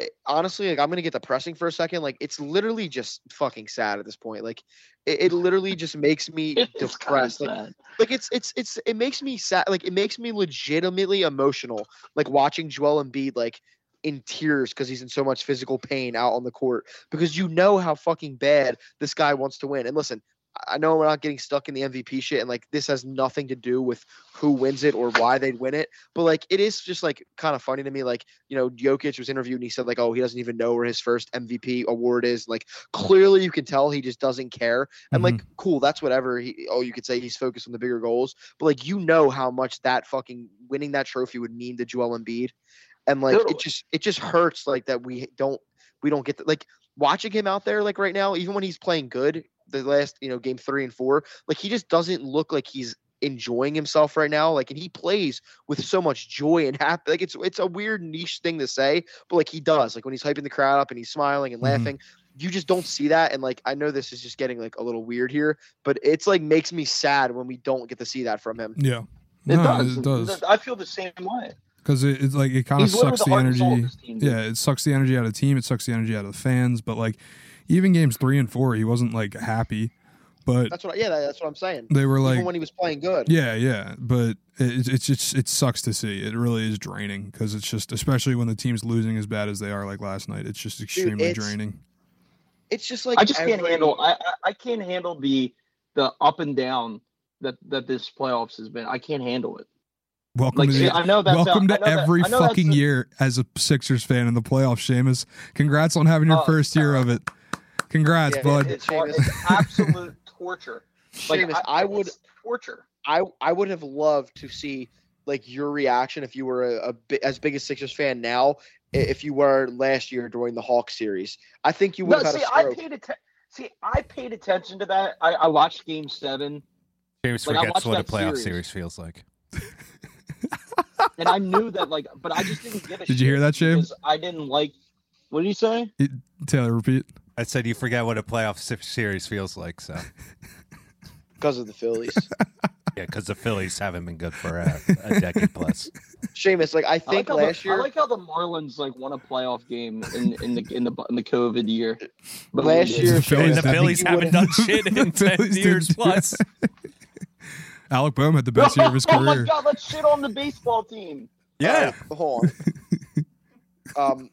Speaker 3: i- honestly like I'm going to get depressing for a second like it's literally just fucking sad at this point. Like it, it literally just makes me
Speaker 1: It's kinda
Speaker 3: depressed. Like
Speaker 1: sad.
Speaker 3: like it's it's it's it makes me sad like it makes me legitimately emotional like watching Joel Embiid like in tears because he's in so much physical pain out on the court because you know how fucking bad this guy wants to win and listen I- I know we're not getting stuck in the MVP shit and like this has nothing to do with who wins it or why they'd win it but like it is just like kind of funny to me like you know Jokic was interviewed and he said like oh he doesn't even know where his first MVP award is like clearly you can tell he just doesn't care and like, cool, that's whatever. He, oh, you could say he's focused on the bigger goals, but like, you know how much that fucking winning that trophy would mean to Joel Embiid, and like,
Speaker 1: Totally.
Speaker 3: it just it just hurts like that we don't we don't get that like watching him out there like right now, even when he's playing good, the last you know game three and four, like he just doesn't look like he's enjoying himself right now like and he plays with so much joy and happy like it's it's a weird niche thing to say but like he does like when he's hyping the crowd up and he's smiling and
Speaker 2: Mhm.
Speaker 3: laughing you just don't see that and like i know this is just getting like a little weird here but it's like makes me sad when we don't get to see that from him
Speaker 2: Mm-hmm. Yeah.
Speaker 1: It
Speaker 2: No,
Speaker 1: does.
Speaker 2: It does.
Speaker 1: I feel the same way.
Speaker 2: Because it, it's like it kind of
Speaker 1: He's literally
Speaker 2: sucks the
Speaker 1: heart and soul of
Speaker 2: energy.
Speaker 1: this team, dude.
Speaker 2: Yeah, it sucks the energy out of the team. It sucks the energy out of the fans. But like, even games three and four, he wasn't like happy. But
Speaker 3: that's what I, yeah that- that's what i'm saying
Speaker 2: they were like,
Speaker 3: even when he was playing good
Speaker 2: yeah, yeah. But it, it's just it sucks to see. It really is draining because it's just especially when the team's losing as bad as they are like last night. It's just extremely
Speaker 3: it's-
Speaker 2: draining.
Speaker 3: it's just like
Speaker 1: I just can't
Speaker 3: every-
Speaker 1: handle. I, I I can't handle the the up and down that that this playoffs has been. I can't handle it.
Speaker 2: Welcome
Speaker 1: Like
Speaker 2: to
Speaker 1: see,
Speaker 2: the,
Speaker 1: I know that's
Speaker 2: welcome
Speaker 1: I
Speaker 2: to
Speaker 1: know that-
Speaker 2: every
Speaker 1: I know that's
Speaker 2: fucking
Speaker 1: the-
Speaker 2: year as a Sixers fan in the playoffs, Seamus. Congrats on having your
Speaker 1: Oh,
Speaker 2: first year of it. Congrats,
Speaker 3: Yeah,
Speaker 2: bud.
Speaker 1: It's, hard- it's absolute torture. Like
Speaker 3: Seamus, I would-
Speaker 1: it's torture.
Speaker 3: I I would have loved to see like your reaction if you were a, a bi- as big a Sixers fan now i- if you were last year during the Hawks series. I think you would
Speaker 1: No,
Speaker 3: have had
Speaker 1: see,
Speaker 3: a
Speaker 1: I
Speaker 3: stroke.
Speaker 1: paid atten- See, I paid attention to that. I, I watched Game Seven,
Speaker 4: James
Speaker 1: Like, I
Speaker 4: forgets
Speaker 1: watched
Speaker 4: what a
Speaker 1: that
Speaker 4: playoff
Speaker 1: series.
Speaker 4: series feels like.
Speaker 1: and I knew that. Like, but I just didn't give a.
Speaker 2: Did you hear
Speaker 1: shit
Speaker 2: that, Shane?
Speaker 1: because I didn't like. What did you say?
Speaker 2: Taylor, repeat.
Speaker 4: I said you forget what a playoff se- series feels like. So
Speaker 3: because of the Phillies.
Speaker 4: yeah, because the Phillies haven't been good for a, a decade plus.
Speaker 3: Seamus, like I
Speaker 1: I like,
Speaker 3: think
Speaker 1: how
Speaker 3: last
Speaker 1: the, I
Speaker 3: year
Speaker 1: like how the Marlins like won a playoff game in, in the in the in the COVID year. But we
Speaker 3: Last
Speaker 1: didn't.
Speaker 3: year-
Speaker 4: And the
Speaker 2: I think
Speaker 4: Phillies
Speaker 2: you
Speaker 4: haven't
Speaker 2: would've-
Speaker 4: done shit
Speaker 2: The
Speaker 4: in ten
Speaker 2: Phillies
Speaker 4: years
Speaker 2: didn't-
Speaker 4: plus.
Speaker 2: Alec Boehm had the best year of his
Speaker 1: Oh my
Speaker 2: career.
Speaker 1: god, let's shit on the baseball team.
Speaker 4: Yeah,
Speaker 3: Oh, hold on. um,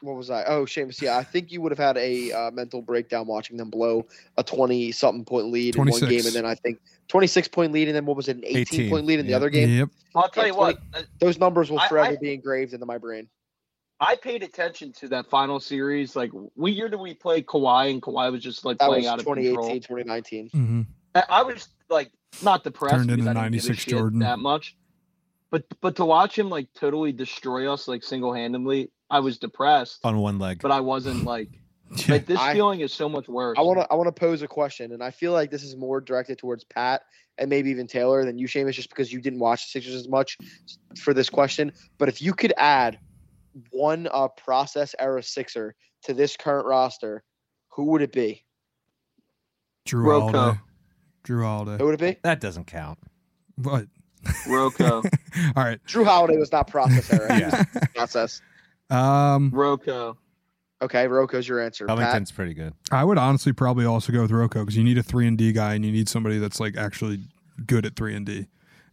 Speaker 3: what was I? Oh, Seamus. Yeah, I think you would have had a uh, mental breakdown watching them blow a twenty-something point lead in
Speaker 2: 26.
Speaker 3: one game, and then I think twenty-six point lead, and then what was it, an
Speaker 4: 18,
Speaker 3: eighteen-point lead in the
Speaker 4: yeah.
Speaker 3: other game?
Speaker 2: Yep.
Speaker 1: I'll tell you
Speaker 3: It's
Speaker 1: what,
Speaker 3: like-
Speaker 1: uh,
Speaker 3: Those numbers will
Speaker 1: I-
Speaker 3: forever
Speaker 1: I-
Speaker 3: be engraved into my brain.
Speaker 1: I paid attention to that final series. Like, what year did we play Kawhi? And Kawhi was just like
Speaker 3: That
Speaker 1: playing
Speaker 3: was
Speaker 1: out of
Speaker 3: 2018,
Speaker 1: control.
Speaker 3: 2019.
Speaker 2: hmm
Speaker 1: I, I was like not depressed.
Speaker 2: Turned
Speaker 1: because
Speaker 2: into
Speaker 1: I didn't give a
Speaker 2: 96
Speaker 1: shit
Speaker 2: Jordan.
Speaker 1: that much, but but to watch him like totally destroy us like single handedly, I was depressed.
Speaker 2: Uh,
Speaker 4: on one leg.
Speaker 1: But I wasn't like
Speaker 2: Yeah.
Speaker 1: like this
Speaker 3: I-
Speaker 1: feeling is so much worse.
Speaker 3: I want to I want to pose a question, and I feel like this is more directed towards Pat and maybe even Taylor than you, Seamus, just because you didn't watch the Sixers as much for this question. But if you could add one uh, process era Sixer to this current roster, who would it be?
Speaker 2: Drew
Speaker 1: Rocco.
Speaker 2: Holiday. Drew Holiday.
Speaker 3: Who would it be?
Speaker 4: That doesn't count.
Speaker 2: What?
Speaker 1: Rocco,
Speaker 2: All right.
Speaker 3: Drew Holiday was not process era. He was
Speaker 4: Yeah,
Speaker 3: process.
Speaker 2: Um,
Speaker 1: Rocco.
Speaker 3: Okay, Rocco's your answer. Pat,
Speaker 4: Covington's pretty good.
Speaker 2: I would honestly probably also go with Rocco because you need a three and D guy and you need somebody that's like actually good at three and D.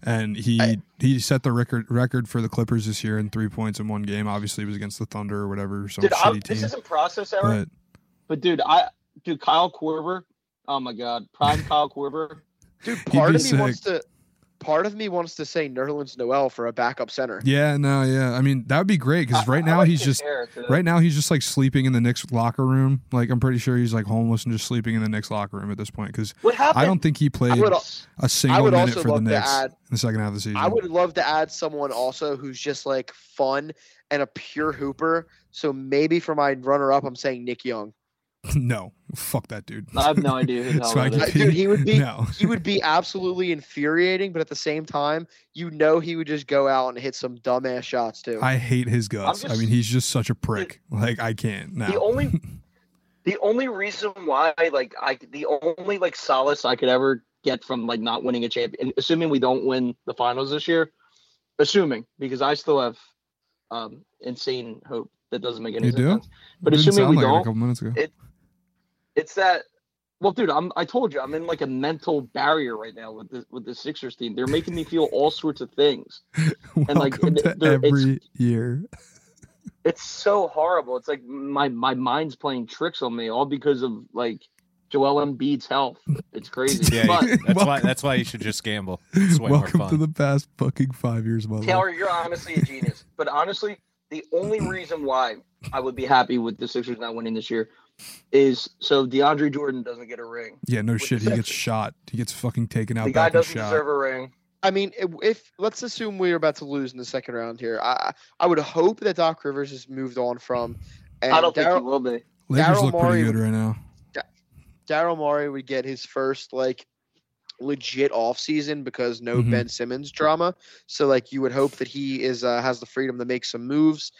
Speaker 2: And he
Speaker 3: I-
Speaker 2: he set the record record for the Clippers this year in three points in one game. Obviously, it was against the Thunder or whatever some
Speaker 1: Dude, I,
Speaker 2: shitty
Speaker 1: this
Speaker 2: team.
Speaker 1: isn't process error.
Speaker 2: But
Speaker 1: But dude, I dude Kyle Korver. Oh my god, prime Kyle Korver.
Speaker 3: dude,
Speaker 2: be
Speaker 3: part of me
Speaker 2: sick.
Speaker 3: wants to. Part of me wants to say Nerlens Noel for a backup center.
Speaker 2: yeah, no, yeah. I mean, that would be great
Speaker 1: I-
Speaker 2: because
Speaker 1: I
Speaker 2: right now
Speaker 1: like
Speaker 2: he's
Speaker 1: his
Speaker 2: just
Speaker 1: hair, too.
Speaker 2: Right now, he's just like sleeping in the Knicks locker room. Like I'm pretty sure he's like homeless and just sleeping in the Knicks locker room at this point because
Speaker 1: What happened?
Speaker 2: I don't think he
Speaker 3: I
Speaker 2: played
Speaker 3: would,
Speaker 2: a
Speaker 3: I
Speaker 2: single
Speaker 3: would
Speaker 2: minute
Speaker 3: also
Speaker 2: for the
Speaker 3: love to
Speaker 2: Knicks
Speaker 3: add
Speaker 2: in the second half of the season.
Speaker 3: I would love to add someone also who's just like fun and a pure hooper. So maybe for my runner up, I'm saying Nick Young.
Speaker 2: No, fuck that dude.
Speaker 1: I have no idea who the hell
Speaker 2: So I
Speaker 1: that
Speaker 2: can-
Speaker 1: is.
Speaker 3: Uh, Dude, he would be
Speaker 2: No,
Speaker 3: he would be absolutely infuriating, but at the same time, you know he would just go out and hit some dumbass shots too.
Speaker 2: I hate his guts. I
Speaker 1: just-
Speaker 2: mean, he's just such a prick. Like I can't. No.
Speaker 1: The only the only reason why like I the only like solace I could ever get from like not winning a champion assuming we don't win the finals this year, assuming because I still have um insane hope that doesn't make any
Speaker 2: You do?
Speaker 1: sense. But
Speaker 2: Didn't
Speaker 1: assuming
Speaker 2: sound
Speaker 1: we
Speaker 2: like it a
Speaker 1: don't-
Speaker 2: couple minutes ago.
Speaker 1: it- It's that well dude, I'm I told you I'm in like a mental barrier right now with this with the Sixers team. They're making me feel all sorts of things.
Speaker 2: Welcome
Speaker 1: like,
Speaker 2: to
Speaker 1: there- it's-
Speaker 2: every year.
Speaker 1: It's so horrible. It's like my my mind's playing tricks on me all because of like Joel Embiid's health. It's crazy.
Speaker 4: Yeah,
Speaker 1: But
Speaker 4: that's why. That's why you should just gamble. It's way
Speaker 2: Welcome
Speaker 4: more fun.
Speaker 2: to the past fucking five years of my life.
Speaker 1: Taylor, you're honestly a genius. But honestly, the only reason why I would be happy with the Sixers not winning this year is so DeAndre Jordan doesn't get a ring.
Speaker 2: Yeah, no
Speaker 1: with
Speaker 2: shit. He
Speaker 1: the
Speaker 2: gets
Speaker 1: Sixers.
Speaker 2: shot. He gets fucking taken out
Speaker 1: the guy
Speaker 2: back and
Speaker 1: doesn't
Speaker 2: shot.
Speaker 1: deserve a ring.
Speaker 3: I mean, if, if let's assume we're about to lose in the second round here, I I would hope that Doc Rivers has moved on from. And
Speaker 1: I don't think he
Speaker 3: Daryl-
Speaker 1: will be.
Speaker 2: Lakers
Speaker 3: Daryl
Speaker 2: look
Speaker 3: Morey-
Speaker 2: pretty good right now.
Speaker 3: Daryl Morey would get his first like legit offseason because no
Speaker 2: Mhm.
Speaker 3: Ben Simmons drama. So like you would hope that he is uh, has the freedom to make some moves.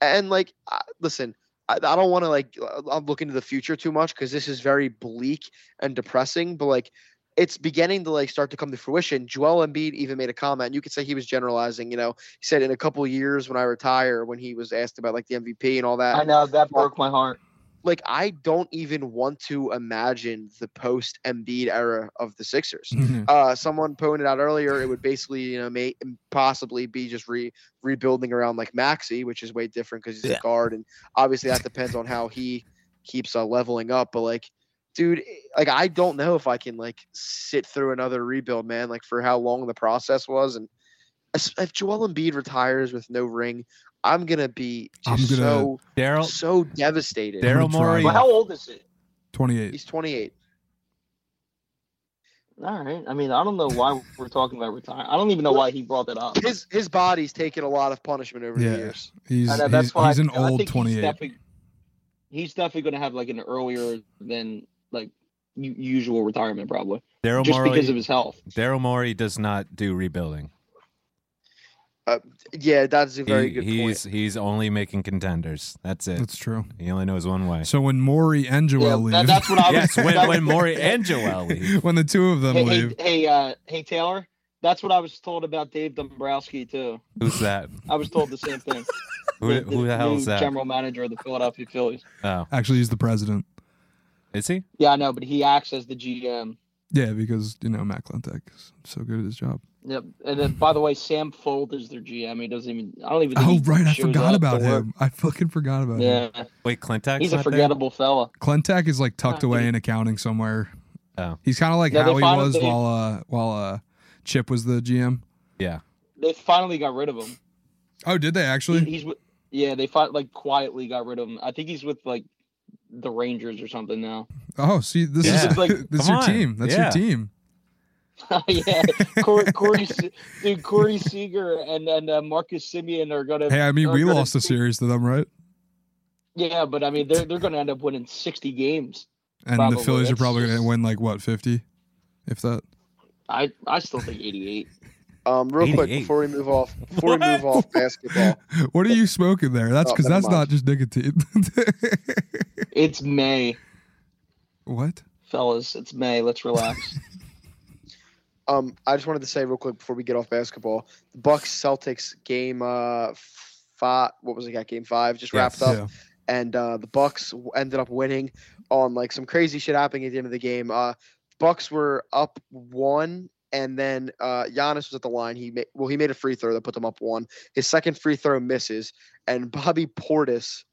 Speaker 3: And like I, listen, I, I don't want to like uh, I'm looking to the future too much because this is very bleak and depressing. But like it's beginning to like start to come to fruition. Joel Embiid even made a comment. You could say he was generalizing. You know, he said in a couple of years when I retire, when he was asked about like the MVP and all that
Speaker 1: I know that broke my heart.
Speaker 3: like I don't even want to imagine the post Embiid era of the Sixers.
Speaker 2: Mm.
Speaker 3: Uh, someone pointed out earlier it would basically you know may possibly be just re rebuilding around like Maxi, which is way different because he's
Speaker 4: Yeah.
Speaker 3: a guard, and obviously that depends on how he keeps uh, leveling up. But like, dude, eh, like I don't know if I can like sit through another rebuild, man. Like for how long the process was, and as- if Joel Embiid retires with no ring, I'm gonna be
Speaker 2: I'm
Speaker 3: just
Speaker 2: gonna-
Speaker 3: so
Speaker 4: Daryl,
Speaker 3: so devastated.
Speaker 2: gonna
Speaker 4: Daryl
Speaker 2: try.
Speaker 4: Morey.
Speaker 1: Well, how old is it?
Speaker 2: Twenty-eight.
Speaker 3: He's 28.
Speaker 1: All right. I mean, I don't know why we're talking about retire. I don't even know why he brought that up.
Speaker 3: His his body's taken a lot of punishment over
Speaker 2: Yeah.
Speaker 3: the years.
Speaker 2: He's
Speaker 1: I know,
Speaker 2: he's,
Speaker 1: Uh, that's why
Speaker 2: he's an
Speaker 1: I
Speaker 2: old
Speaker 1: think He's
Speaker 2: twenty-eight.
Speaker 1: definitely, he's definitely going to have like an earlier than like u- usual retirement, probably
Speaker 4: Daryl
Speaker 1: just
Speaker 4: Morey.
Speaker 1: because of his health.
Speaker 4: Daryl Morey does not do rebuilding.
Speaker 3: Yeah, that's a very
Speaker 4: He-
Speaker 3: good
Speaker 4: he's
Speaker 3: point.
Speaker 4: he's only making contenders. That's it.
Speaker 2: That's true.
Speaker 4: he only knows one way.
Speaker 2: So when Maury and Joel
Speaker 1: Yeah,
Speaker 2: leave,
Speaker 1: that- that's what I was.
Speaker 4: yes, when
Speaker 1: that-
Speaker 4: when Morey and Joel leave.
Speaker 2: when the two of them
Speaker 1: hey,
Speaker 2: leave,
Speaker 1: hey, hey, uh, hey, Taylor. That's what I was told about Dave Dombrowski too.
Speaker 4: Who's that?
Speaker 1: I was told the same thing.
Speaker 4: Who, who the hell
Speaker 1: new
Speaker 4: is that?
Speaker 1: General manager of the Philadelphia Phillies.
Speaker 4: Oh,
Speaker 2: actually, he's the president.
Speaker 4: is he?
Speaker 1: Yeah, I know, but he acts as the GM.
Speaker 2: Yeah, because you know Matt Klentak is so good at his job.
Speaker 1: Yep. And then, by the way, Sam Fold is their GM. He doesn't even. I don't even. Think
Speaker 2: Oh
Speaker 1: he
Speaker 2: right, I
Speaker 1: shows up
Speaker 2: forgot about
Speaker 1: to work.
Speaker 2: him. I fucking forgot about him.
Speaker 1: Yeah,
Speaker 4: Wait, Clintax.
Speaker 1: he's a forgettable fella.
Speaker 2: Clentak is like tucked
Speaker 1: Ah,
Speaker 2: away
Speaker 1: dude.
Speaker 2: in accounting somewhere.
Speaker 4: Oh.
Speaker 2: He's kind of like
Speaker 1: Yeah, they
Speaker 2: how he
Speaker 1: finally-
Speaker 2: was while uh while uh Chip was the GM.
Speaker 1: They finally got rid of him.
Speaker 2: Oh, did they
Speaker 1: He-
Speaker 2: actually?
Speaker 1: he's with, yeah, they fought like quietly got rid of him. I think he's with like the Rangers or something now.
Speaker 2: Oh, see, this
Speaker 4: Yeah.
Speaker 2: is
Speaker 1: Like,
Speaker 2: this is
Speaker 4: come
Speaker 2: your
Speaker 4: on.
Speaker 2: team. That's
Speaker 4: Yeah.
Speaker 2: your team.
Speaker 1: yeah, Corey, Corey, Se- dude, Corey Seager and and uh, Marcus Simeon are gonna.
Speaker 2: Hey, I mean,
Speaker 1: are
Speaker 2: we
Speaker 1: gonna-
Speaker 2: lost the series to them, right?
Speaker 1: Yeah, but I mean, they're they're gonna end up winning sixty games.
Speaker 2: And the
Speaker 1: Probably.
Speaker 2: Phillies are
Speaker 1: It's
Speaker 2: probably going to
Speaker 1: just-
Speaker 2: win like what fifty, if that.
Speaker 1: I I still think eighty eight.
Speaker 3: Um, real quick
Speaker 4: 88.
Speaker 3: before we move off, before we move
Speaker 2: What?
Speaker 3: off basketball,
Speaker 2: What are you smoking there? That's
Speaker 3: Oh,
Speaker 2: because
Speaker 3: never
Speaker 2: that's
Speaker 3: mind.
Speaker 2: not just nicotine.
Speaker 1: It's May,
Speaker 2: what?
Speaker 1: fellas. It's May. Let's relax.
Speaker 3: um, I just wanted to say real quick before we get off basketball, the Bucks Celtics game uh five. What was it? Got game five just
Speaker 4: Yes.
Speaker 3: wrapped up. and uh, the Bucks w- ended up winning on like some crazy shit happening at the end of the game. Uh, Bucks were up one, and then uh, Giannis was at the line. He made well, he made a free throw that put them up one. His second free throw misses, and Bobby Portis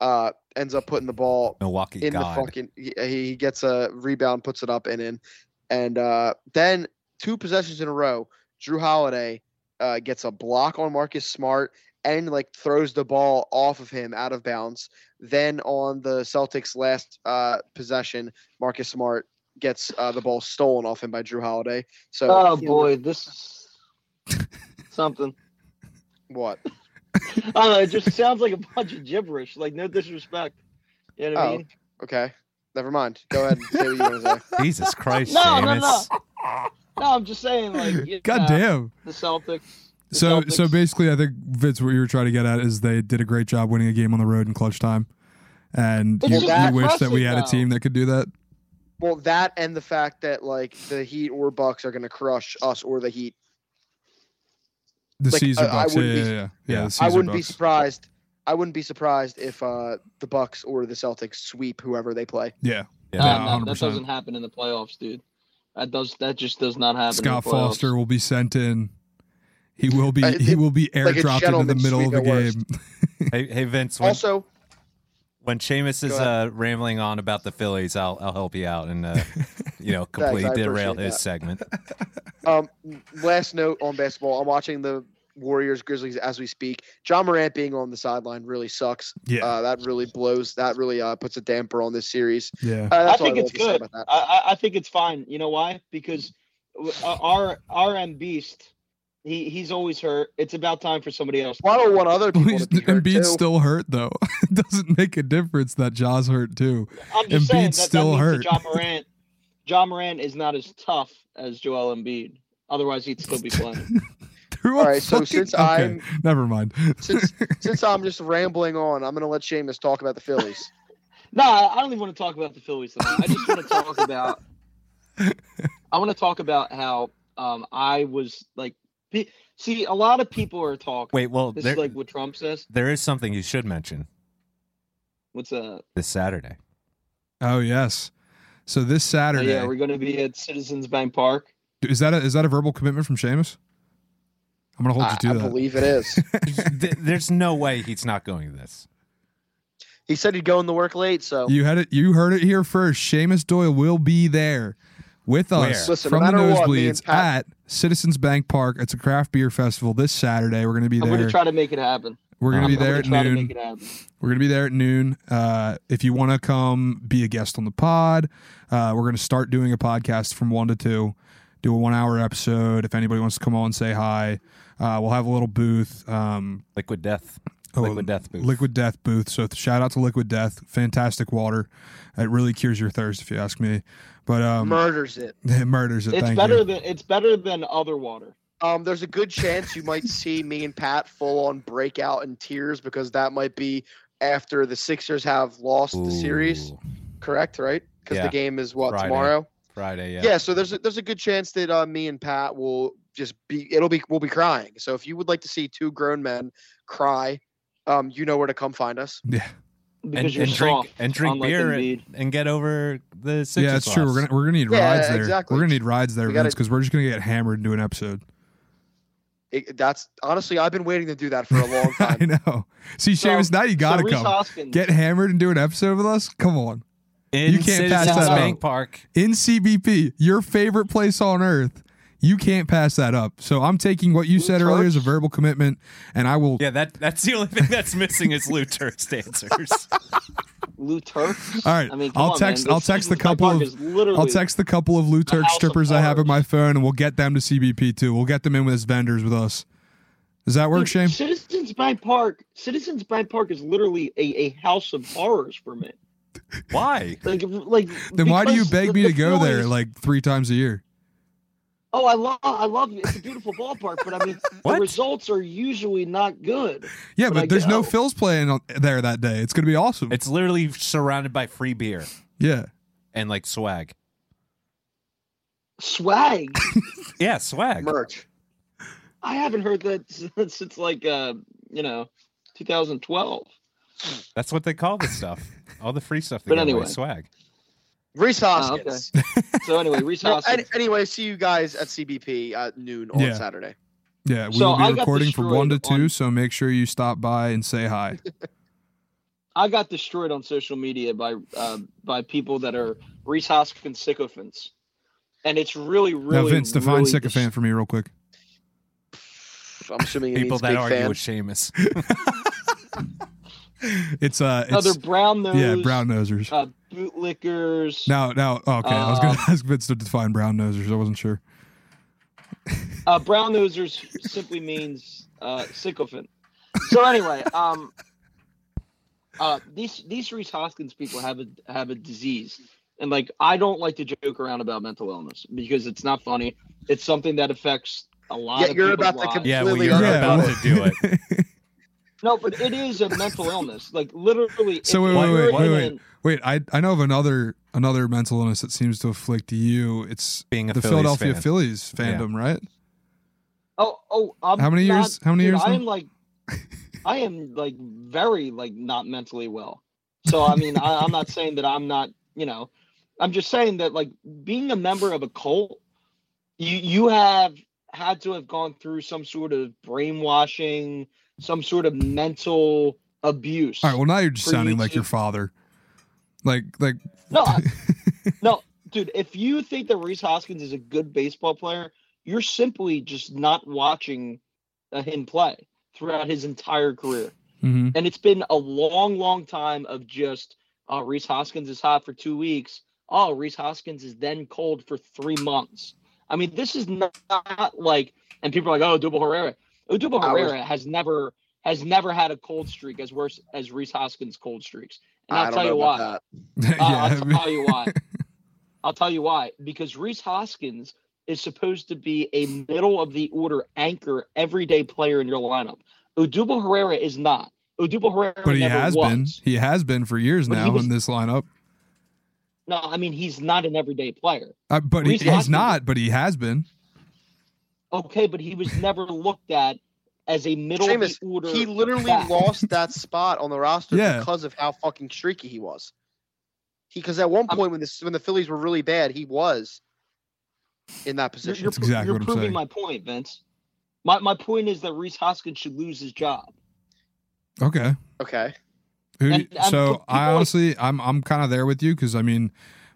Speaker 3: uh, ends up putting the ball
Speaker 4: Milwaukee
Speaker 3: in
Speaker 4: God.
Speaker 3: the fucking. He, he gets a rebound, puts it up and in, and uh, then two possessions in a row. Drew Holiday uh, gets a block on Marcus Smart and like throws the ball off of him out of bounds. Then on the Celtics' last uh, possession, Marcus Smart gets uh, the ball stolen off him by Drew Holiday. So
Speaker 1: oh
Speaker 3: you know,
Speaker 1: boy, this is something.
Speaker 3: what?
Speaker 1: I don't know, it just sounds like a bunch of gibberish. Like no disrespect. You know what I
Speaker 3: Oh,
Speaker 1: mean?
Speaker 3: Okay. Never mind. Go ahead. And say what you want to say.
Speaker 4: Jesus Christ,
Speaker 1: No, no,
Speaker 4: Seamus.
Speaker 1: no. No, I'm just saying, like, you
Speaker 2: God
Speaker 3: uh,
Speaker 1: know,
Speaker 2: damn.
Speaker 1: the Celtics. the
Speaker 2: So
Speaker 1: Celtics- uh,
Speaker 2: so basically, I think Vince, what you were trying to get at is they did a great job winning a game on the road in clutch time, and
Speaker 1: It's
Speaker 2: you,
Speaker 1: just
Speaker 2: you wish that
Speaker 1: impressive,
Speaker 2: we had a
Speaker 1: though.
Speaker 2: team that could do that.
Speaker 3: Well, that and the fact that like the Heat or Bucks are going to crush us or the Heat.
Speaker 2: The
Speaker 3: Like,
Speaker 2: Caesar
Speaker 3: I- I
Speaker 2: Bucks, yeah,
Speaker 3: wouldn't
Speaker 2: yeah,
Speaker 3: be-
Speaker 2: yeah, yeah.
Speaker 4: I
Speaker 2: yeah the
Speaker 3: I
Speaker 2: Caesar
Speaker 3: wouldn't be
Speaker 2: Bucks.
Speaker 3: surprised. I wouldn't be surprised if uh, the Bucks or the Celtics sweep whoever they play.
Speaker 2: Yeah,
Speaker 1: No,
Speaker 2: Yeah,
Speaker 1: no, that
Speaker 2: 100%.
Speaker 1: doesn't happen in the playoffs, dude. That does. That just does not happen.
Speaker 2: Scott
Speaker 1: in the playoffs.
Speaker 2: Foster will be sent in. He will be
Speaker 3: Uh,
Speaker 2: he
Speaker 3: it-
Speaker 2: will be
Speaker 3: like a
Speaker 2: airdropped into the
Speaker 3: gentleman's
Speaker 2: middle of
Speaker 3: sweep
Speaker 2: the
Speaker 3: at worst.
Speaker 2: game.
Speaker 4: Hey, hey Vince, when,
Speaker 3: Also,
Speaker 4: when Seamus is
Speaker 3: Go ahead.
Speaker 4: uh, rambling on about the Phillies, I'll I'll help you out and uh, you know completely
Speaker 3: I
Speaker 4: derail
Speaker 3: appreciate
Speaker 4: his
Speaker 3: that.
Speaker 4: segment.
Speaker 3: um, last note on basketball. I'm watching the Warriors Grizzlies as we speak. John Morant being on the sideline really sucks.
Speaker 2: Yeah,
Speaker 3: Uh, that really blows. That really uh, puts a damper on this series.
Speaker 2: yeah.
Speaker 3: Uh, that's
Speaker 1: I
Speaker 3: all
Speaker 1: think
Speaker 3: really
Speaker 1: it's
Speaker 3: have to say
Speaker 1: good.
Speaker 3: about that.
Speaker 1: I, I I think it's fine. You know why? Because w- uh, our our M Beast, he he's always hurt. It's about time for somebody else. to
Speaker 3: Well, I don't
Speaker 1: play.
Speaker 3: want other people
Speaker 2: Please,
Speaker 3: to be hurt too.
Speaker 2: Embiid's still hurt though. it doesn't make a difference that Jaws hurt too.
Speaker 1: I'm just saying
Speaker 2: Embiid's
Speaker 1: that,
Speaker 2: still
Speaker 1: that means
Speaker 2: hurt.
Speaker 1: John Morant, John Morant is not as tough as Joel Embiid. Otherwise, he'd still be playing.
Speaker 2: Through
Speaker 3: All
Speaker 2: a
Speaker 3: right, so
Speaker 2: fucking-
Speaker 3: since
Speaker 2: okay,
Speaker 3: I'm-
Speaker 2: never mind.
Speaker 3: since since I'm just rambling on, I'm gonna let Seamus talk about the Phillies.
Speaker 1: no, I don't even want to talk about the Phillies. Tonight. I just want to talk about. I want to talk about how um, I was like. pe- See, a lot of people are talking.
Speaker 4: Wait, well
Speaker 1: this
Speaker 4: there
Speaker 1: is like what Trump says.
Speaker 4: there is something you should mention
Speaker 1: What's that?
Speaker 4: this Saturday.
Speaker 2: Oh yes. So this
Speaker 1: Oh,
Speaker 2: Saturday
Speaker 1: yeah, we're going to be at Citizens Bank Park.
Speaker 2: is that a, is that a verbal commitment from Seamus? I'm gonna hold
Speaker 3: I,
Speaker 2: you to
Speaker 3: I
Speaker 2: that.
Speaker 3: believe it is.
Speaker 4: Th- There's no way he's not going to this.
Speaker 3: He said he'd go into work late, so
Speaker 2: You had it. You heard it here first. Seamus Doyle will be there with
Speaker 4: Where?
Speaker 2: us
Speaker 3: Listen, no
Speaker 2: from the
Speaker 3: matter what, me and
Speaker 2: nosebleeds at
Speaker 3: Pat-
Speaker 2: Citizens Bank Park. It's a craft beer festival this Saturday. We're gonna be
Speaker 1: I'm going
Speaker 2: there.
Speaker 1: to try to make it happen.
Speaker 2: We're gonna
Speaker 4: I'm
Speaker 2: be
Speaker 1: I'm
Speaker 2: there
Speaker 1: gonna try
Speaker 2: at
Speaker 1: to
Speaker 2: noon.
Speaker 1: make it happen.
Speaker 2: We're gonna be there at noon. Uh, if you want to come, be a guest on the pod. Uh, we're gonna start doing a podcast from one to two. Do a one-hour episode. If anybody wants to come on, say hi. Uh, we'll have a little booth. Um,
Speaker 4: Liquid death.
Speaker 2: oh,
Speaker 4: Liquid death booth.
Speaker 2: Liquid Death booth. So th- shout out to Liquid Death. Fantastic water. It really cures your thirst, if you ask me. But um,
Speaker 3: murders it.
Speaker 2: it murders it.
Speaker 1: It's
Speaker 2: thank
Speaker 1: better
Speaker 2: you.
Speaker 1: than it's better than other water.
Speaker 3: Um, there's a good chance you might see me and Pat full on break out in tears because that might be after the Sixers have lost the series.
Speaker 4: Ooh,
Speaker 3: Correct, right? Because
Speaker 4: Yeah.
Speaker 3: the game is what
Speaker 4: Friday.
Speaker 3: tomorrow.
Speaker 4: Friday. Yeah.
Speaker 3: Yeah. so there's a, there's a good chance that uh, me and Pat will just be it'll be we'll be crying. So if you would like to see two grown men cry, um, you know where to come find us.
Speaker 2: Yeah,
Speaker 1: Because
Speaker 4: And,
Speaker 1: you're
Speaker 4: and
Speaker 1: soft.
Speaker 4: drink and drink
Speaker 1: unlike
Speaker 4: beer and,
Speaker 1: Embiid.
Speaker 4: and get over the Sixers.
Speaker 2: yeah, that's true. We're
Speaker 4: loss.
Speaker 2: gonna we're gonna need
Speaker 3: Yeah,
Speaker 2: rides there.
Speaker 3: exactly.
Speaker 2: We're gonna need rides there,
Speaker 3: We gotta-
Speaker 2: Vince, because we're just gonna get hammered and do an episode.
Speaker 3: It, that's honestly I've been waiting to do that for a long time.
Speaker 2: I know. See,
Speaker 1: So-
Speaker 2: Seamus, now you gotta
Speaker 1: so Reese
Speaker 2: come.
Speaker 1: Hoskins,
Speaker 2: Get hammered and do an episode with us? Come on.
Speaker 4: In
Speaker 2: You can't pass
Speaker 4: Citizens
Speaker 1: that up.
Speaker 4: Bank Park.
Speaker 2: In CBP, your favorite place on earth, you can't pass that up. So I'm taking what you
Speaker 3: Blue
Speaker 2: said earlier as a
Speaker 3: Turks?
Speaker 2: verbal commitment, and I will.
Speaker 4: Yeah, that that's the only thing that's missing is Lou Turk's dancers.
Speaker 1: Lou Turks.
Speaker 2: All right,
Speaker 1: I mean, come
Speaker 2: I'll
Speaker 1: on,
Speaker 2: text-
Speaker 1: man.
Speaker 2: I'll
Speaker 1: This
Speaker 2: text the
Speaker 1: Citizens Bank
Speaker 2: couple
Speaker 1: Park
Speaker 2: of-
Speaker 1: is literally-
Speaker 2: I'll text the couple of Lou Turk
Speaker 1: house of
Speaker 2: strippers I have in my
Speaker 1: cards.
Speaker 2: phone, and we'll get them to CBP too. We'll get them in as vendors with us. Does that work,
Speaker 1: Dude,
Speaker 2: Shane?
Speaker 1: Citizens Bank Park. Citizens Bank Park is literally a, a house of horrors for me.
Speaker 4: Why?
Speaker 1: Like, like.
Speaker 2: Then why do you
Speaker 1: because
Speaker 2: beg
Speaker 1: the-
Speaker 2: me to
Speaker 1: the
Speaker 2: go there
Speaker 1: Phillies-
Speaker 2: like three times a year?
Speaker 1: Oh, I love, I love you. It's a beautiful ballpark, but I mean, the
Speaker 4: What?
Speaker 1: results are usually not good.
Speaker 2: Yeah,
Speaker 1: But
Speaker 2: but,
Speaker 1: I
Speaker 2: there's no
Speaker 1: go.
Speaker 2: Phil's playing on, there that day. It's gonna be awesome.
Speaker 4: It's literally surrounded by free beer
Speaker 2: yeah,
Speaker 4: and like swag.
Speaker 1: Swag.
Speaker 4: Yeah, swag.
Speaker 3: Merch.
Speaker 1: I haven't heard that since, since like uh, you know, 2012.
Speaker 4: That's what they call this stuff. All the free stuff. They
Speaker 1: But
Speaker 4: give away,
Speaker 1: anyway.
Speaker 4: swag.
Speaker 3: Reese
Speaker 1: Oh,
Speaker 3: Hoskins.
Speaker 1: okay. So anyway, Reese
Speaker 3: Well,
Speaker 1: Hoskins.
Speaker 3: an- anyway, see you guys at CBP at noon on
Speaker 2: Yeah.
Speaker 3: Saturday.
Speaker 2: yeah. We
Speaker 1: So
Speaker 2: will
Speaker 1: I
Speaker 2: be
Speaker 1: got
Speaker 2: recording from one to
Speaker 1: destroyed
Speaker 2: two,
Speaker 1: on-
Speaker 2: so make sure you stop by and say hi.
Speaker 1: I got destroyed on social media by uh, by people that are Reese Hoskins sycophants, and it's really, really.
Speaker 2: now, Vince, define
Speaker 1: really
Speaker 2: sycophant for me real quick.
Speaker 3: I'm assuming it
Speaker 4: People
Speaker 3: means
Speaker 4: that
Speaker 3: big
Speaker 4: argue
Speaker 3: fan.
Speaker 4: with Seamus.
Speaker 2: It's uh,
Speaker 1: dis- No,
Speaker 2: it's
Speaker 1: they're brown nose.
Speaker 2: yeah, brown nosers.
Speaker 1: Uh, bootlickers.
Speaker 2: Now, now, okay. I was
Speaker 1: uh,
Speaker 2: gonna ask Vince to define brown nosers. I wasn't sure.
Speaker 1: Uh, brown nosers simply means uh, sycophant. So anyway, um, uh, these these Reese Hoskins people have a have a disease, and like I don't like to joke around about mental illness because it's not funny. It's something that affects a lot.
Speaker 3: Yeah,
Speaker 1: of
Speaker 3: you're
Speaker 1: people's
Speaker 3: about to
Speaker 1: lives.
Speaker 3: compl-
Speaker 4: Yeah, well,
Speaker 3: Completely
Speaker 4: you're
Speaker 3: Yeah,
Speaker 4: about to do it.
Speaker 1: No, but it is a mental illness. Like literally.
Speaker 2: So
Speaker 1: if
Speaker 2: wait, wait,
Speaker 1: you're
Speaker 2: wait, wait,
Speaker 1: in-
Speaker 2: Wait, I I know of another another mental illness that seems to afflict you. It's
Speaker 4: Being a
Speaker 2: the
Speaker 4: Phillies
Speaker 2: Philadelphia
Speaker 4: fan.
Speaker 2: Phillies fandom, right?
Speaker 1: Oh, oh. I'm
Speaker 2: How many
Speaker 1: not-
Speaker 2: years- how many
Speaker 1: dude,
Speaker 2: years
Speaker 1: I
Speaker 2: now?
Speaker 1: am like, I am like very like not mentally well. So I mean, I, I'm not saying that I'm not. You know, I'm just saying that like being a member of a cult, you you have had to have gone through some sort of brainwashing, some sort of mental abuse.
Speaker 2: All right. Well, now you're just
Speaker 1: For you
Speaker 2: sounding like
Speaker 1: to-
Speaker 2: your father. Like like
Speaker 1: No, I, no, dude. If you think that Reese Hoskins is a good baseball player, you're simply just not watching uh, him play throughout his entire career,
Speaker 3: Mm-hmm.
Speaker 2: mhm.
Speaker 1: and it's been a long, long time of just, oh, Reese Hoskins is hot for two weeks. Oh, Reese Hoskins is then cold for three months. I mean, this is not, not like, and people are like, oh, Dubo Herrera. Dubo
Speaker 3: I was-
Speaker 1: Herrera has never has never had a cold streak as worse as Reese Hoskins' cold streaks, and I'll
Speaker 3: I don't
Speaker 1: tell
Speaker 3: know
Speaker 1: you
Speaker 3: about
Speaker 1: why.
Speaker 3: that.
Speaker 1: Uh,
Speaker 2: yeah. I
Speaker 1: I'll
Speaker 2: mean-
Speaker 1: tell you why. I'll tell you why. Because Reese Hoskins is supposed to be a middle of the order anchor everyday player in your lineup. Udubo Herrera is not. Udubo Herrera
Speaker 2: but he
Speaker 1: never
Speaker 2: has
Speaker 1: was.
Speaker 2: been. He has been for years
Speaker 1: But he
Speaker 2: now
Speaker 1: was-
Speaker 2: in this lineup.
Speaker 1: No, I mean he's not an everyday player.
Speaker 2: Uh, but he,
Speaker 1: Reese
Speaker 2: he's
Speaker 1: Hoskins-
Speaker 2: not. But he has been.
Speaker 1: Okay, but he was never looked at as a middle
Speaker 3: Seamus,
Speaker 1: of the order.
Speaker 3: He literally
Speaker 1: back.
Speaker 3: lost that spot on the roster
Speaker 2: Yeah.
Speaker 3: because of how fucking streaky he was. He because at one
Speaker 1: I'm-
Speaker 3: point when this when the Phillies were really bad, he was in that
Speaker 1: You're,
Speaker 3: position.
Speaker 1: you're,
Speaker 2: That's exactly
Speaker 1: you're
Speaker 2: what I'm
Speaker 1: proving
Speaker 2: saying.
Speaker 1: my point, Vince. My my point is that Reese Hoskins should lose his job.
Speaker 2: Okay.
Speaker 3: Okay.
Speaker 2: Who,
Speaker 1: And, um,
Speaker 2: so
Speaker 1: people
Speaker 2: I
Speaker 1: like-
Speaker 2: honestly, I'm I'm kind of there with you because I mean,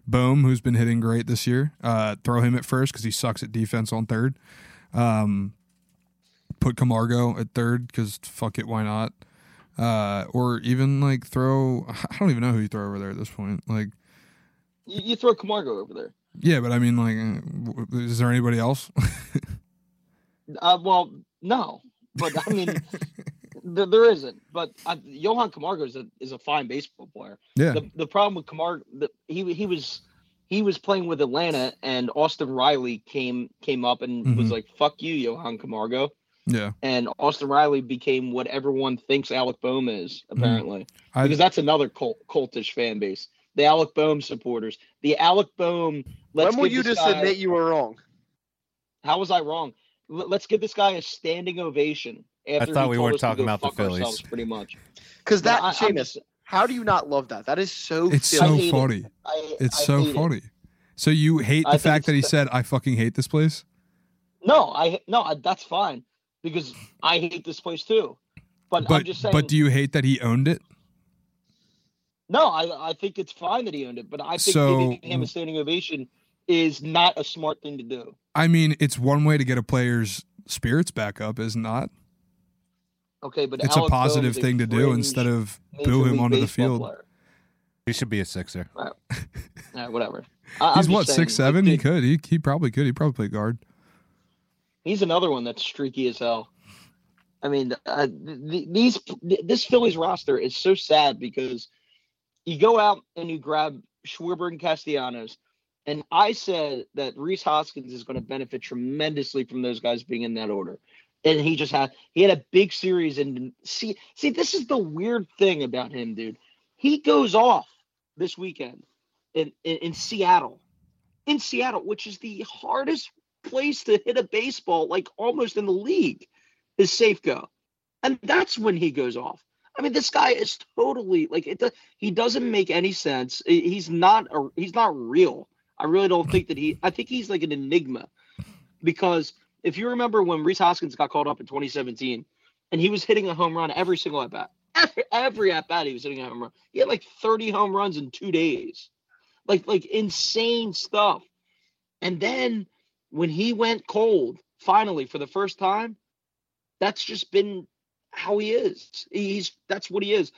Speaker 2: Bohm, who's been hitting great this year, uh, throw him at first because he sucks at defense on third. Um, put Camargo at third because fuck it, why not? Uh, or even like throw, I don't even know who you throw over there at this point. Like,
Speaker 1: You, you throw Camargo over there.
Speaker 2: yeah, but I mean, like, uh, w- w- is there anybody else?
Speaker 1: Uh, well, no, but I mean, there, there isn't. But I, Johan Camargo is a is a fine baseball player.
Speaker 2: yeah,
Speaker 1: The, the problem with Camargo, the, he he was he was playing with Atlanta, and Austin Riley came came up and was
Speaker 2: Mhm.
Speaker 1: like, "Fuck you, Johan Camargo,"
Speaker 2: yeah.
Speaker 1: and Austin Riley became what everyone thinks Alec Boehm is apparently
Speaker 2: Mm-hmm. I,
Speaker 1: because that's another cult, cultish fan base. The Alec Boehm supporters, the Alec Boehm. Let's
Speaker 3: when will
Speaker 1: give
Speaker 3: you
Speaker 1: this
Speaker 3: just
Speaker 1: guy-
Speaker 3: admit you were wrong?
Speaker 1: how was I wrong? L- let's give this guy a standing ovation. After he
Speaker 4: thought we
Speaker 1: told
Speaker 4: weren't
Speaker 1: us to
Speaker 4: talking
Speaker 1: go
Speaker 4: about the
Speaker 1: fuck ourselves,
Speaker 4: Phillies.
Speaker 1: Pretty much.
Speaker 3: Because that
Speaker 1: I- I'm
Speaker 3: Seamus,
Speaker 1: just-
Speaker 3: how do you not love that? That is so
Speaker 2: it's
Speaker 1: I
Speaker 2: so
Speaker 1: hate it.
Speaker 2: funny.
Speaker 1: I-
Speaker 2: It's
Speaker 1: I
Speaker 2: so
Speaker 1: hate it.
Speaker 2: funny. So you hate
Speaker 1: I
Speaker 2: the
Speaker 1: think
Speaker 2: fact
Speaker 1: it's
Speaker 2: that he
Speaker 1: the-
Speaker 2: said, "I fucking hate this place."
Speaker 1: No, I no, I, that's fine because I hate this place too. But, I'm
Speaker 2: But
Speaker 1: just saying.
Speaker 2: but do you hate that he owned it?
Speaker 1: no, I I think it's fine that he owned it, but I think
Speaker 2: So-
Speaker 1: giving him a standing ovation is not a smart thing to do.
Speaker 2: I mean, it's one way to get a player's spirits back up, is it not?
Speaker 1: Okay, but
Speaker 2: It's a
Speaker 1: Alec Boehm
Speaker 2: positive
Speaker 1: is a
Speaker 2: thing to do
Speaker 1: fringe
Speaker 2: instead of
Speaker 1: Major
Speaker 2: boo him
Speaker 1: League
Speaker 2: onto the
Speaker 1: Baseball
Speaker 2: field.
Speaker 1: player.
Speaker 4: He should be a sixer.
Speaker 1: Yeah, whatever. I, I'm
Speaker 2: He's
Speaker 1: just
Speaker 2: what
Speaker 1: saying,
Speaker 2: six seven?
Speaker 1: it-
Speaker 2: He could. He he probably could. He probably play guard.
Speaker 1: He's another one that's streaky as hell. I mean, uh, th- these th- this Phillies roster is so sad because you go out and you grab Schwarber and Castellanos, and I said that Reese Hoskins is going to benefit tremendously from those guys being in that order, and he just had he had a big series and see see this is the weird thing about him, dude. He goes off this weekend in in, in Seattle, in Seattle, which is the hardest place to hit a baseball, like almost in the league, is Safeco, and that's when he goes off. I mean, this guy is totally like it. do- He doesn't make any sense. He- He's not a. He's not real. I really don't think that he. I think he's like an enigma, because if you remember when Reese Hoskins got called up in 2017, and he was hitting a home run every single at bat. Every, every at bat he was hitting a home run. He had like 30 home runs in two days, like like insane stuff. And then when he went cold, finally for the first time, that's just been how he is. He's that's what he is.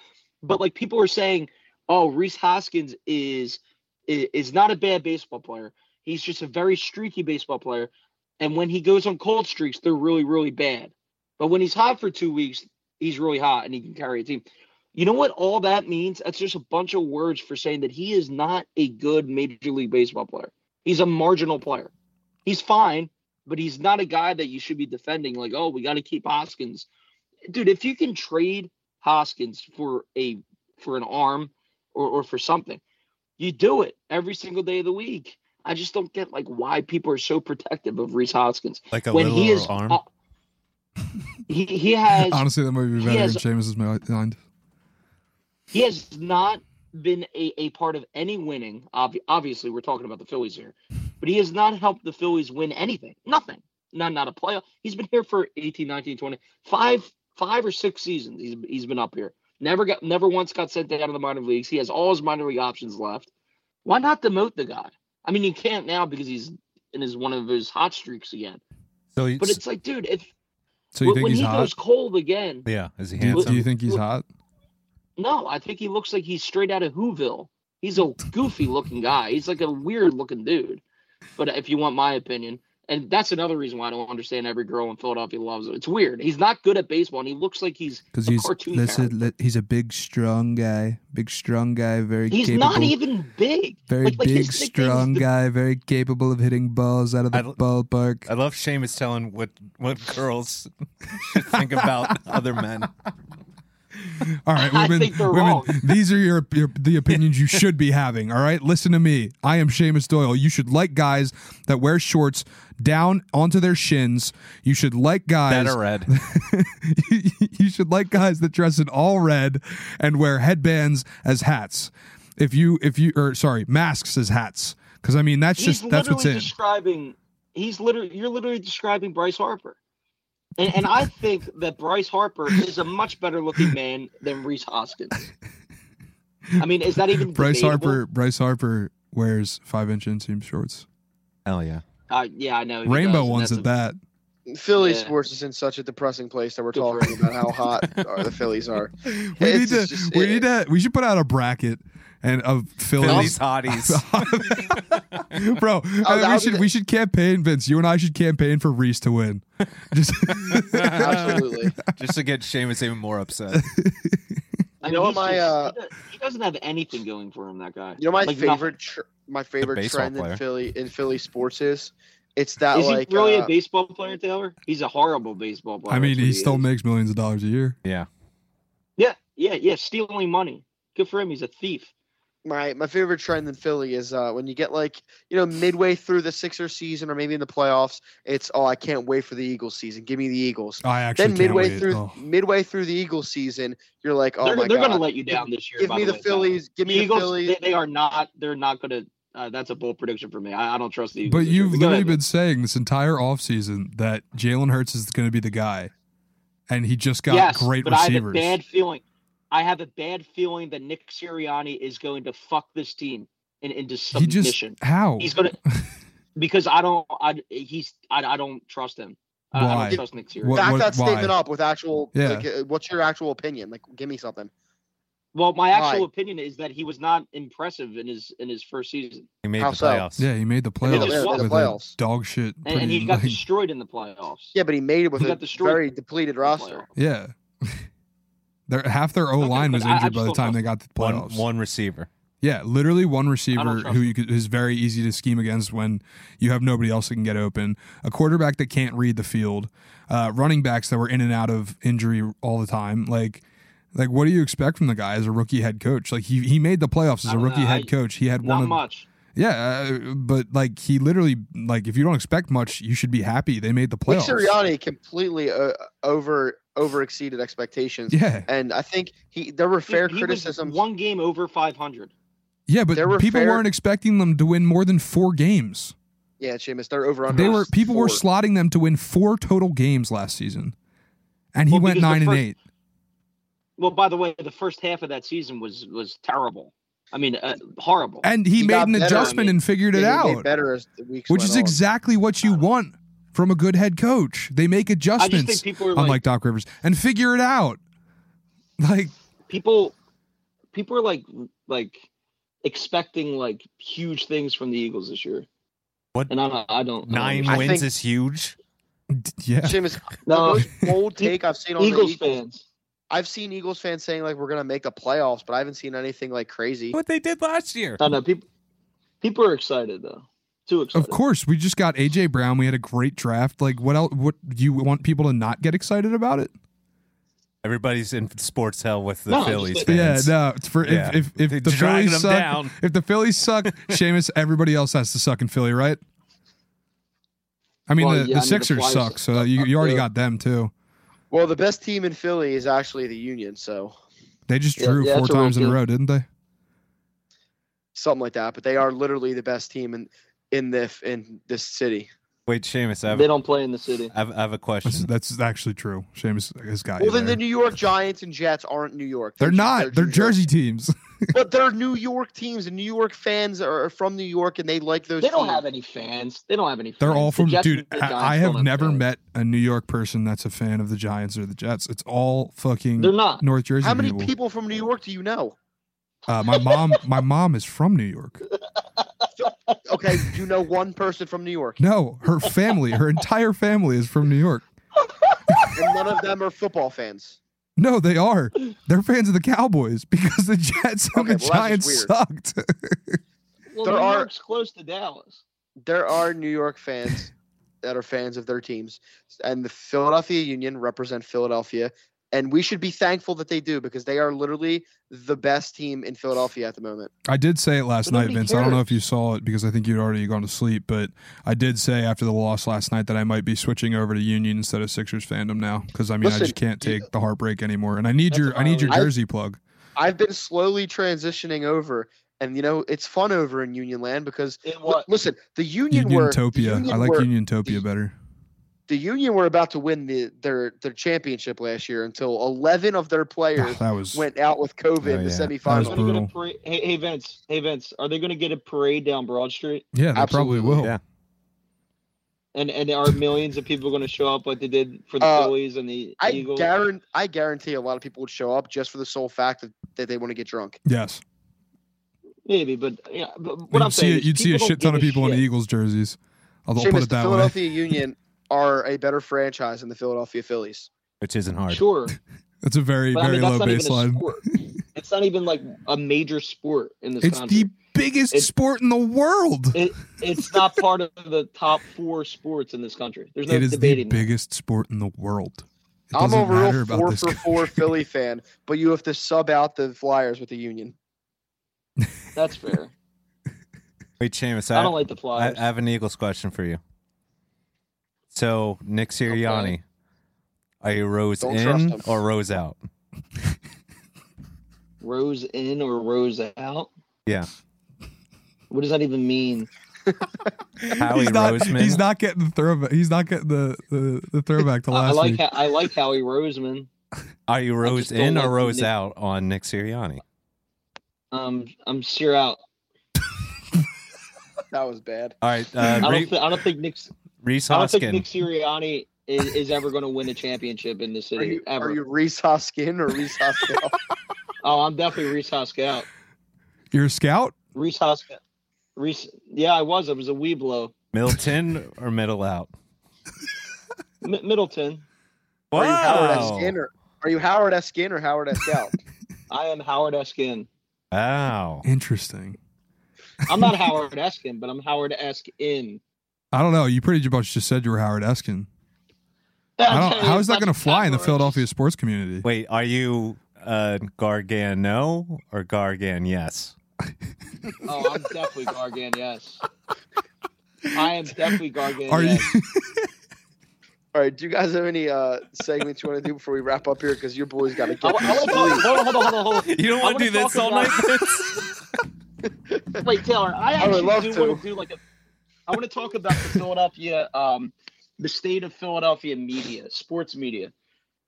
Speaker 1: But like people are saying, oh, Reese Hoskins is i- is not a bad baseball player. He's just a very streaky baseball player. And when he goes on cold streaks, they're really, really bad. But when he's hot for two weeks, he's really hot and he can carry a team. You know what all that means? That's just a bunch of words for saying that he is not a good major league baseball player. He's a marginal player. He's fine, but he's not a guy that you should be defending. Like, oh, we got to keep Hoskins, dude. If you can trade Hoskins for a for an arm or or for something, you do it every single day of the week. I just don't get like why people are so protective of Reese Hoskins
Speaker 4: Like a
Speaker 1: when
Speaker 4: little
Speaker 1: he is
Speaker 4: arm.
Speaker 1: uh, he he has
Speaker 2: Honestly, that might be
Speaker 1: he
Speaker 2: better
Speaker 1: has-
Speaker 2: in Seamus's mind.
Speaker 1: he has not been a, a part of any winning. Ob- obviously, we're talking about the Phillies here, but he has not helped the Phillies win anything. Nothing. Not not a playoff. He's been here for 18, 19, 20, five, five or six seasons. He's he's been up here. Never got never once got sent out of the minor leagues. He has all his minor league options left. Why not demote the guy? I mean, you can't now because he's in his one of his hot streaks again.
Speaker 4: So he,
Speaker 1: But it's like, dude, if
Speaker 2: So you
Speaker 1: when
Speaker 2: think
Speaker 1: when
Speaker 2: he's
Speaker 1: he
Speaker 2: hot?
Speaker 1: goes cold again,
Speaker 4: yeah, is he
Speaker 2: Do you,
Speaker 4: handsome?
Speaker 2: do you think he's hot?
Speaker 1: No, I think he looks like he's straight out of Whoville. He's a goofy looking guy. He's like a weird looking dude. But if you want my opinion, and that's another reason why I don't understand every girl in Philadelphia loves him. It's weird. He's not good at baseball, and he looks like he's
Speaker 2: Because
Speaker 1: a
Speaker 2: he's
Speaker 1: cartoon
Speaker 2: listen,
Speaker 1: character.
Speaker 2: li- he's a big, strong guy. Big, strong guy. Very
Speaker 1: He's
Speaker 2: capable.
Speaker 1: not even big.
Speaker 2: very
Speaker 1: Like- like
Speaker 2: big,
Speaker 1: his nickname is
Speaker 2: strong
Speaker 1: the-
Speaker 2: guy. Very capable of hitting balls out of the
Speaker 4: I l-
Speaker 2: ballpark.
Speaker 4: I love Seamus telling what what girls should think about other men.
Speaker 2: All right,
Speaker 1: I
Speaker 2: women,
Speaker 1: think they're
Speaker 2: women,
Speaker 1: wrong.
Speaker 2: these are your, your the opinions you should be having. All right, listen to me. I am Seamus Doyle. You should like guys that wear shorts down onto their shins. You should like guys
Speaker 4: That are red.
Speaker 2: you, you should like guys that dress in all red and wear headbands as hats. If you if you or sorry, masks as hats. Because I mean that's
Speaker 1: He's
Speaker 2: just that's what's
Speaker 1: literally
Speaker 2: in.
Speaker 1: describing. He's literally you're literally describing Bryce Harper. And, and I think that Bryce Harper is a much better looking man than Reese Hoskins. I mean, is that even
Speaker 2: Bryce
Speaker 1: debatable?
Speaker 2: Harper Bryce Harper wears five inch inseam shorts.
Speaker 4: Hell yeah.
Speaker 1: Uh, yeah, I know. he
Speaker 2: Rainbow
Speaker 1: does, and
Speaker 2: ones
Speaker 1: that's
Speaker 2: at
Speaker 1: a-
Speaker 2: that.
Speaker 3: Philly
Speaker 1: Yeah.
Speaker 3: sports is in such a depressing place that we're
Speaker 1: Good for
Speaker 3: talking
Speaker 1: him.
Speaker 3: about how hot are the Phillies are.
Speaker 2: We
Speaker 3: It's
Speaker 2: need to
Speaker 3: just-
Speaker 2: we
Speaker 3: it-
Speaker 2: need to we should put out a bracket and of
Speaker 4: Phillies
Speaker 2: Phillies.
Speaker 4: hotties.
Speaker 2: Bro, I mean, we
Speaker 3: I'll
Speaker 2: should
Speaker 3: be-
Speaker 2: we should campaign, Vince. You and I should campaign for Reese to win. Just
Speaker 3: Absolutely.
Speaker 4: Just to get Seamus even more upset.
Speaker 1: I mean,
Speaker 3: You know what
Speaker 1: he's
Speaker 3: my,
Speaker 1: just-
Speaker 3: uh,
Speaker 1: he does- he doesn't have anything going for him. That guy.
Speaker 3: You know my
Speaker 1: Like, nothing.
Speaker 3: favorite tr- my favorite
Speaker 4: baseball
Speaker 3: trend
Speaker 4: player.
Speaker 3: in Philly in Philly sports is it's that
Speaker 1: Is he
Speaker 3: like
Speaker 1: really
Speaker 3: uh,
Speaker 1: a baseball player, Taylor? He's a horrible baseball player.
Speaker 2: I mean,
Speaker 1: that's what
Speaker 2: he still
Speaker 1: is.
Speaker 2: makes millions of dollars a year.
Speaker 4: Yeah.
Speaker 1: Yeah, yeah, yeah. Stealing money. Good for him. He's a thief.
Speaker 3: my my favorite trend in Philly is uh, when you get like you know midway through the Sixers season or maybe in the playoffs, it's oh I can't wait for the Eagles season. Give me the Eagles.
Speaker 2: I actually
Speaker 3: Then
Speaker 2: can't
Speaker 3: midway
Speaker 2: wait.
Speaker 3: through
Speaker 2: Oh.
Speaker 3: midway through the Eagles season, you're like oh
Speaker 1: they're
Speaker 3: my
Speaker 1: they're
Speaker 3: god,
Speaker 1: going to let you down this year.
Speaker 3: give
Speaker 1: by
Speaker 3: me the
Speaker 1: way, Taylor.
Speaker 3: Phillies, give
Speaker 1: The
Speaker 3: me
Speaker 1: Eagles.
Speaker 3: the Phillies.
Speaker 1: They, they are not. They're not going to. Uh, that's a bold prediction for me. I, I don't trust the Eagles.
Speaker 2: But
Speaker 1: this year.
Speaker 2: you've
Speaker 1: go
Speaker 2: literally
Speaker 1: ahead,
Speaker 2: been saying this entire offseason that Jalen Hurts is going to be the guy, and he just got
Speaker 1: yes,
Speaker 2: great
Speaker 1: but I have a
Speaker 2: receivers.
Speaker 1: bad feeling. I have a bad feeling that Nick Sirianni is going to fuck this team in, into
Speaker 2: he just
Speaker 1: submission.
Speaker 2: how
Speaker 1: He's gonna because I don't. I he's I, I don't trust him. I, I
Speaker 2: Why?
Speaker 1: don't trust Nick Sirianni.
Speaker 2: What-
Speaker 3: Back
Speaker 2: what-
Speaker 3: that statement
Speaker 2: why?
Speaker 3: up with actual.
Speaker 2: Yeah.
Speaker 3: Like, uh, what's your actual opinion? Like, give me something.
Speaker 1: Well, my actual
Speaker 3: Why?
Speaker 1: opinion is that he was not impressive in his in his first season,
Speaker 4: He made
Speaker 3: How
Speaker 4: the
Speaker 3: so?
Speaker 4: playoffs.
Speaker 2: yeah he made the
Speaker 1: made
Speaker 2: playoffs
Speaker 1: the playoffs.
Speaker 2: with
Speaker 3: Playoffs.
Speaker 2: a dog shit.
Speaker 1: and, and
Speaker 2: pretty,
Speaker 1: he got
Speaker 2: like-
Speaker 1: destroyed in the playoffs.
Speaker 3: Yeah, but he made it with
Speaker 1: He
Speaker 3: a
Speaker 1: got destroyed.
Speaker 3: very depleted
Speaker 1: The
Speaker 3: roster.
Speaker 1: playoffs.
Speaker 2: yeah. Their half their O line
Speaker 1: but
Speaker 2: was
Speaker 1: I- I
Speaker 2: injured
Speaker 1: just
Speaker 2: by the
Speaker 1: don't
Speaker 2: time
Speaker 1: trust
Speaker 2: they got to the
Speaker 4: One,
Speaker 2: playoffs.
Speaker 4: one receiver.
Speaker 2: yeah, literally one receiver
Speaker 1: trust
Speaker 2: who you could, is very easy to scheme against when you have nobody else that can get open. A quarterback that can't read the field, uh, running backs that were in and out of injury all the time. Like, like what do you expect from the guy as a rookie head coach? Like he he made the playoffs
Speaker 1: I
Speaker 2: as a
Speaker 1: don't
Speaker 2: rookie
Speaker 1: know.
Speaker 2: head
Speaker 1: I-
Speaker 2: coach. He had
Speaker 1: Not
Speaker 2: one of
Speaker 1: much.
Speaker 2: yeah, uh, but like he literally like if you don't expect much, you should be happy they made the
Speaker 3: Nick
Speaker 2: playoffs.
Speaker 3: Sirianni completely uh, over over exceeded expectations,
Speaker 2: Yeah,
Speaker 3: and I think he there were
Speaker 1: He-
Speaker 3: fair
Speaker 1: he was
Speaker 3: criticisms.
Speaker 1: One game over five hundred.
Speaker 2: yeah, but
Speaker 3: There were
Speaker 2: people
Speaker 3: fair-
Speaker 2: weren't expecting them to win more than four games.
Speaker 3: yeah, Seamus, they're over under.
Speaker 2: They were
Speaker 3: was
Speaker 2: people were
Speaker 3: four.
Speaker 2: slotting them to win four total games last season, and he
Speaker 1: Well,
Speaker 2: went
Speaker 1: because the
Speaker 2: nine and
Speaker 1: first-
Speaker 2: eight.
Speaker 1: Well, by the way, the first half of that season was was terrible. I mean, uh, horrible.
Speaker 2: And he,
Speaker 3: He
Speaker 2: made
Speaker 3: got
Speaker 2: an
Speaker 3: better, I
Speaker 2: adjustment
Speaker 1: mean.
Speaker 2: and figured
Speaker 3: They
Speaker 2: it
Speaker 3: made
Speaker 2: out,
Speaker 3: better as the weeks
Speaker 2: which
Speaker 3: went
Speaker 2: is
Speaker 3: on.
Speaker 2: exactly what you want from a good head coach. They make
Speaker 1: I just
Speaker 2: adjustments, Oh
Speaker 1: think people are like,
Speaker 2: unlike Doc Rivers, and figure it out. Like
Speaker 1: people people are like like expecting like huge things from the Eagles this year.
Speaker 4: What?
Speaker 1: And I don't. I don't I don't
Speaker 4: Nine
Speaker 1: understand.
Speaker 4: wins
Speaker 3: think-
Speaker 4: is huge.
Speaker 2: yeah,
Speaker 3: Seamus, the
Speaker 1: No,
Speaker 3: most bold take I've seen on the
Speaker 1: Eagles
Speaker 3: Eagles.
Speaker 1: fans.
Speaker 3: I've seen Eagles fans saying like we're gonna make the playoffs, but I haven't seen anything like crazy.
Speaker 4: What they did last year.
Speaker 1: I know people people are excited though. Too excited.
Speaker 2: Of course, we just got AJ Brown. We had a great draft. Like, what else? What do you want people to not get excited about it?
Speaker 4: Everybody's in sports hell with the
Speaker 1: No, just
Speaker 4: Phillies
Speaker 1: like-
Speaker 2: Yeah,
Speaker 4: fans.
Speaker 2: no. It's for
Speaker 4: Yeah.
Speaker 2: if if,
Speaker 4: They're
Speaker 2: if the
Speaker 4: dragging
Speaker 2: Phillies
Speaker 4: them
Speaker 2: suck,
Speaker 4: down.
Speaker 2: if the Phillies suck, Seamus, everybody else has to suck in Philly, right? I mean,
Speaker 1: Well,
Speaker 2: the,
Speaker 1: yeah, I mean,
Speaker 2: the
Speaker 1: the
Speaker 2: Sixers
Speaker 1: Flyers
Speaker 2: suck, so you, you already
Speaker 3: too.
Speaker 2: got them too.
Speaker 3: Well, the best team in Philly is actually the Union, so
Speaker 2: They just
Speaker 1: Yeah,
Speaker 2: drew
Speaker 1: yeah,
Speaker 2: four
Speaker 1: that's a real
Speaker 2: times in a
Speaker 1: deal.
Speaker 2: row, didn't they?
Speaker 3: something like that. But they are literally the best team in in the in this city.
Speaker 4: Wait, Seamus, I have,
Speaker 1: They don't play in the city.
Speaker 4: I have, I have a
Speaker 2: That's,
Speaker 4: question.
Speaker 2: that's actually true. Seamus has got
Speaker 3: Well,
Speaker 2: you.
Speaker 3: then
Speaker 2: there.
Speaker 3: the New York Giants and Jets aren't New York.
Speaker 2: They're not. They're
Speaker 3: New York.
Speaker 2: Jersey teams.
Speaker 3: but they're New York teams, and New York fans are from New York, and they like those.
Speaker 1: They don't
Speaker 3: teams.
Speaker 1: have any fans. They don't have any. Fans.
Speaker 2: They're all
Speaker 1: The
Speaker 2: from
Speaker 1: Jets
Speaker 2: dude.
Speaker 1: and the Giants
Speaker 2: I I have
Speaker 1: don't
Speaker 2: never
Speaker 1: fans.
Speaker 2: met a New York person that's a fan of the Giants or the Jets. It's all fucking
Speaker 1: They're not.
Speaker 2: North Jersey
Speaker 3: How many
Speaker 2: people.
Speaker 3: people from New York do you know?
Speaker 2: Uh, my mom, my mom is from New York.
Speaker 3: Okay, you know one person from New York,
Speaker 2: No, her family, her entire family is from New York.
Speaker 3: and none of them are football fans.
Speaker 2: No, they are. They're fans of the Cowboys because the Jets and
Speaker 3: Okay,
Speaker 2: the
Speaker 3: well, that's just
Speaker 2: Giants
Speaker 3: weird.
Speaker 2: sucked.
Speaker 1: Well,
Speaker 3: There
Speaker 1: New
Speaker 3: are-
Speaker 1: York's close to Dallas.
Speaker 3: There are New York fans that are fans of their teams, and the Philadelphia Union represent Philadelphia, and we should be thankful that they do because they are literally the best team in Philadelphia at the moment.
Speaker 2: I did say it last
Speaker 1: But
Speaker 2: night,
Speaker 1: nobody
Speaker 2: Vince. I don't know
Speaker 1: cares.
Speaker 2: if you saw it because I think you'd already gone to sleep, but I did say after the loss last night that I might be switching over to Union instead of Sixers fandom now because I mean I
Speaker 3: Listen,
Speaker 2: just can't
Speaker 3: you-
Speaker 2: take the heartbreak anymore, and I need
Speaker 1: That's
Speaker 2: your I need your
Speaker 3: valid. I-
Speaker 2: jersey plug.
Speaker 3: I've been slowly transitioning over, and you know it's fun over in Union Land because
Speaker 1: In what?
Speaker 3: listen, the Union were the
Speaker 2: Uniontopia. I like
Speaker 3: were-
Speaker 2: Uniontopia better.
Speaker 3: the Union were about to win the their their championship last year until eleven of their players
Speaker 2: that was
Speaker 3: went out with COVID in the
Speaker 4: yeah.
Speaker 1: Are
Speaker 2: Oh,
Speaker 1: they
Speaker 2: That was
Speaker 3: semifinals.
Speaker 1: gonna get a
Speaker 2: brutal.
Speaker 1: parade- Hey, hey Vince. Hey Vince. Are they going to get a parade down Broad Street?
Speaker 2: yeah. They probably
Speaker 3: Absolutely,
Speaker 2: will.
Speaker 4: yeah.
Speaker 1: And and are millions of people going to show up like they did for the
Speaker 3: Uh,
Speaker 1: Phillies and the
Speaker 3: I
Speaker 1: Eagles?
Speaker 3: guarantee I guarantee a lot of people would show up just for the sole fact that, that they want to get drunk.
Speaker 2: Yes,
Speaker 1: Maybe, but yeah. But what
Speaker 2: you'd
Speaker 1: I'm
Speaker 2: see
Speaker 1: saying,
Speaker 2: it,
Speaker 1: is
Speaker 2: you'd see a
Speaker 1: people don't
Speaker 2: shit ton
Speaker 1: give
Speaker 2: of people
Speaker 1: shit.
Speaker 2: in Eagles jerseys. I'll I'll
Speaker 3: Seamus,
Speaker 2: put
Speaker 3: the
Speaker 2: it that way.
Speaker 3: Philadelphia Union are a better franchise than the Philadelphia Phillies.
Speaker 4: Which isn't hard.
Speaker 1: Sure,
Speaker 2: That's a very
Speaker 1: but I
Speaker 2: very
Speaker 1: mean that's
Speaker 2: low
Speaker 1: not even a
Speaker 2: baseline.
Speaker 1: sport. it's not even like a major sport in this
Speaker 2: It's
Speaker 1: country.
Speaker 2: the biggest
Speaker 1: It's-
Speaker 2: sport in the world.
Speaker 1: It, it's not part of the top four sports in this country. There's no
Speaker 2: it is the
Speaker 1: debating. that.
Speaker 2: biggest sport in the world. It
Speaker 3: I'm
Speaker 2: doesn't
Speaker 3: a
Speaker 2: matter
Speaker 3: real
Speaker 2: about
Speaker 3: four
Speaker 2: this
Speaker 3: for
Speaker 2: guy.
Speaker 3: four Philly fan, but you have to sub out the Flyers with the Union.
Speaker 1: That's fair.
Speaker 4: Wait, Seamus,
Speaker 1: I
Speaker 4: I,
Speaker 1: don't like the
Speaker 4: I,
Speaker 1: Flyers.
Speaker 4: I have an Eagles question for you. So Nick Sirianni,
Speaker 1: Okay.
Speaker 4: are you rose
Speaker 3: Don't trust
Speaker 4: in
Speaker 3: him.
Speaker 4: or rose out?
Speaker 1: rose in or rose out?
Speaker 4: Yeah.
Speaker 1: What does that even mean?
Speaker 4: Howie
Speaker 2: he's not,
Speaker 4: Roseman.
Speaker 2: He's not getting the throwback. He's not getting the, the, the throwback to
Speaker 1: I, I
Speaker 2: last
Speaker 1: like
Speaker 2: week.
Speaker 1: how, I like Howie Roseman.
Speaker 4: Are you
Speaker 1: just
Speaker 4: rose
Speaker 1: don't
Speaker 4: in
Speaker 1: like
Speaker 4: or
Speaker 1: the
Speaker 4: rose
Speaker 1: Nick-
Speaker 4: out on Nick Sirianni?
Speaker 1: Um, I'm sure out.
Speaker 3: That was bad.
Speaker 4: All right,
Speaker 1: I
Speaker 4: uh,
Speaker 1: don't.
Speaker 4: Re-
Speaker 1: thi- I don't think Nick's.
Speaker 4: Reese
Speaker 1: I don't think Nick
Speaker 4: Hoskin.
Speaker 1: Sirianni is, is ever going to win a championship in this
Speaker 3: Are
Speaker 1: city
Speaker 3: you,
Speaker 1: ever.
Speaker 3: are you Reese Hoskin or Reese Hoskin?
Speaker 1: Oh, I'm definitely Reese Hoskell.
Speaker 2: You're a scout?
Speaker 1: Reese Hoskell. Reese. Yeah, I was. I was a Weeblo.
Speaker 4: Middleton or middle out?
Speaker 1: M- Middleton.
Speaker 3: Are you Howard S.
Speaker 4: Wow.
Speaker 3: Skin or are you Howard S. Skin or Howard S. Scout?
Speaker 1: I am Howard Eskin.
Speaker 4: Wow.
Speaker 2: Interesting.
Speaker 1: I'm not Howard Eskin, but I'm Howard Eskin.
Speaker 2: I don't know. You pretty much just said you were Howard Eskin. I don't, how is that going to fly in the Philadelphia sports community?
Speaker 4: Wait, are you uh, Gargan no or Gargan yes?
Speaker 1: Oh, I'm definitely Gargan. Yes, I am definitely Gargan.
Speaker 2: Are you?
Speaker 1: yes.
Speaker 3: All right, do you guys have any uh segments you want to do before we wrap up here? Because your boys got to
Speaker 1: I,
Speaker 3: get.
Speaker 1: wa- I wanna talk- hold on, hold on, hold on, hold on.
Speaker 4: You don't
Speaker 1: I
Speaker 4: want to do
Speaker 1: wanna
Speaker 4: this
Speaker 1: talk
Speaker 4: all
Speaker 1: about-
Speaker 4: night?
Speaker 1: Wait, Taylor, I
Speaker 3: I would
Speaker 1: actually
Speaker 3: love
Speaker 1: do
Speaker 3: to.
Speaker 1: want to do like a. I want to talk about the Philadelphia, um, the state of Philadelphia media, sports media,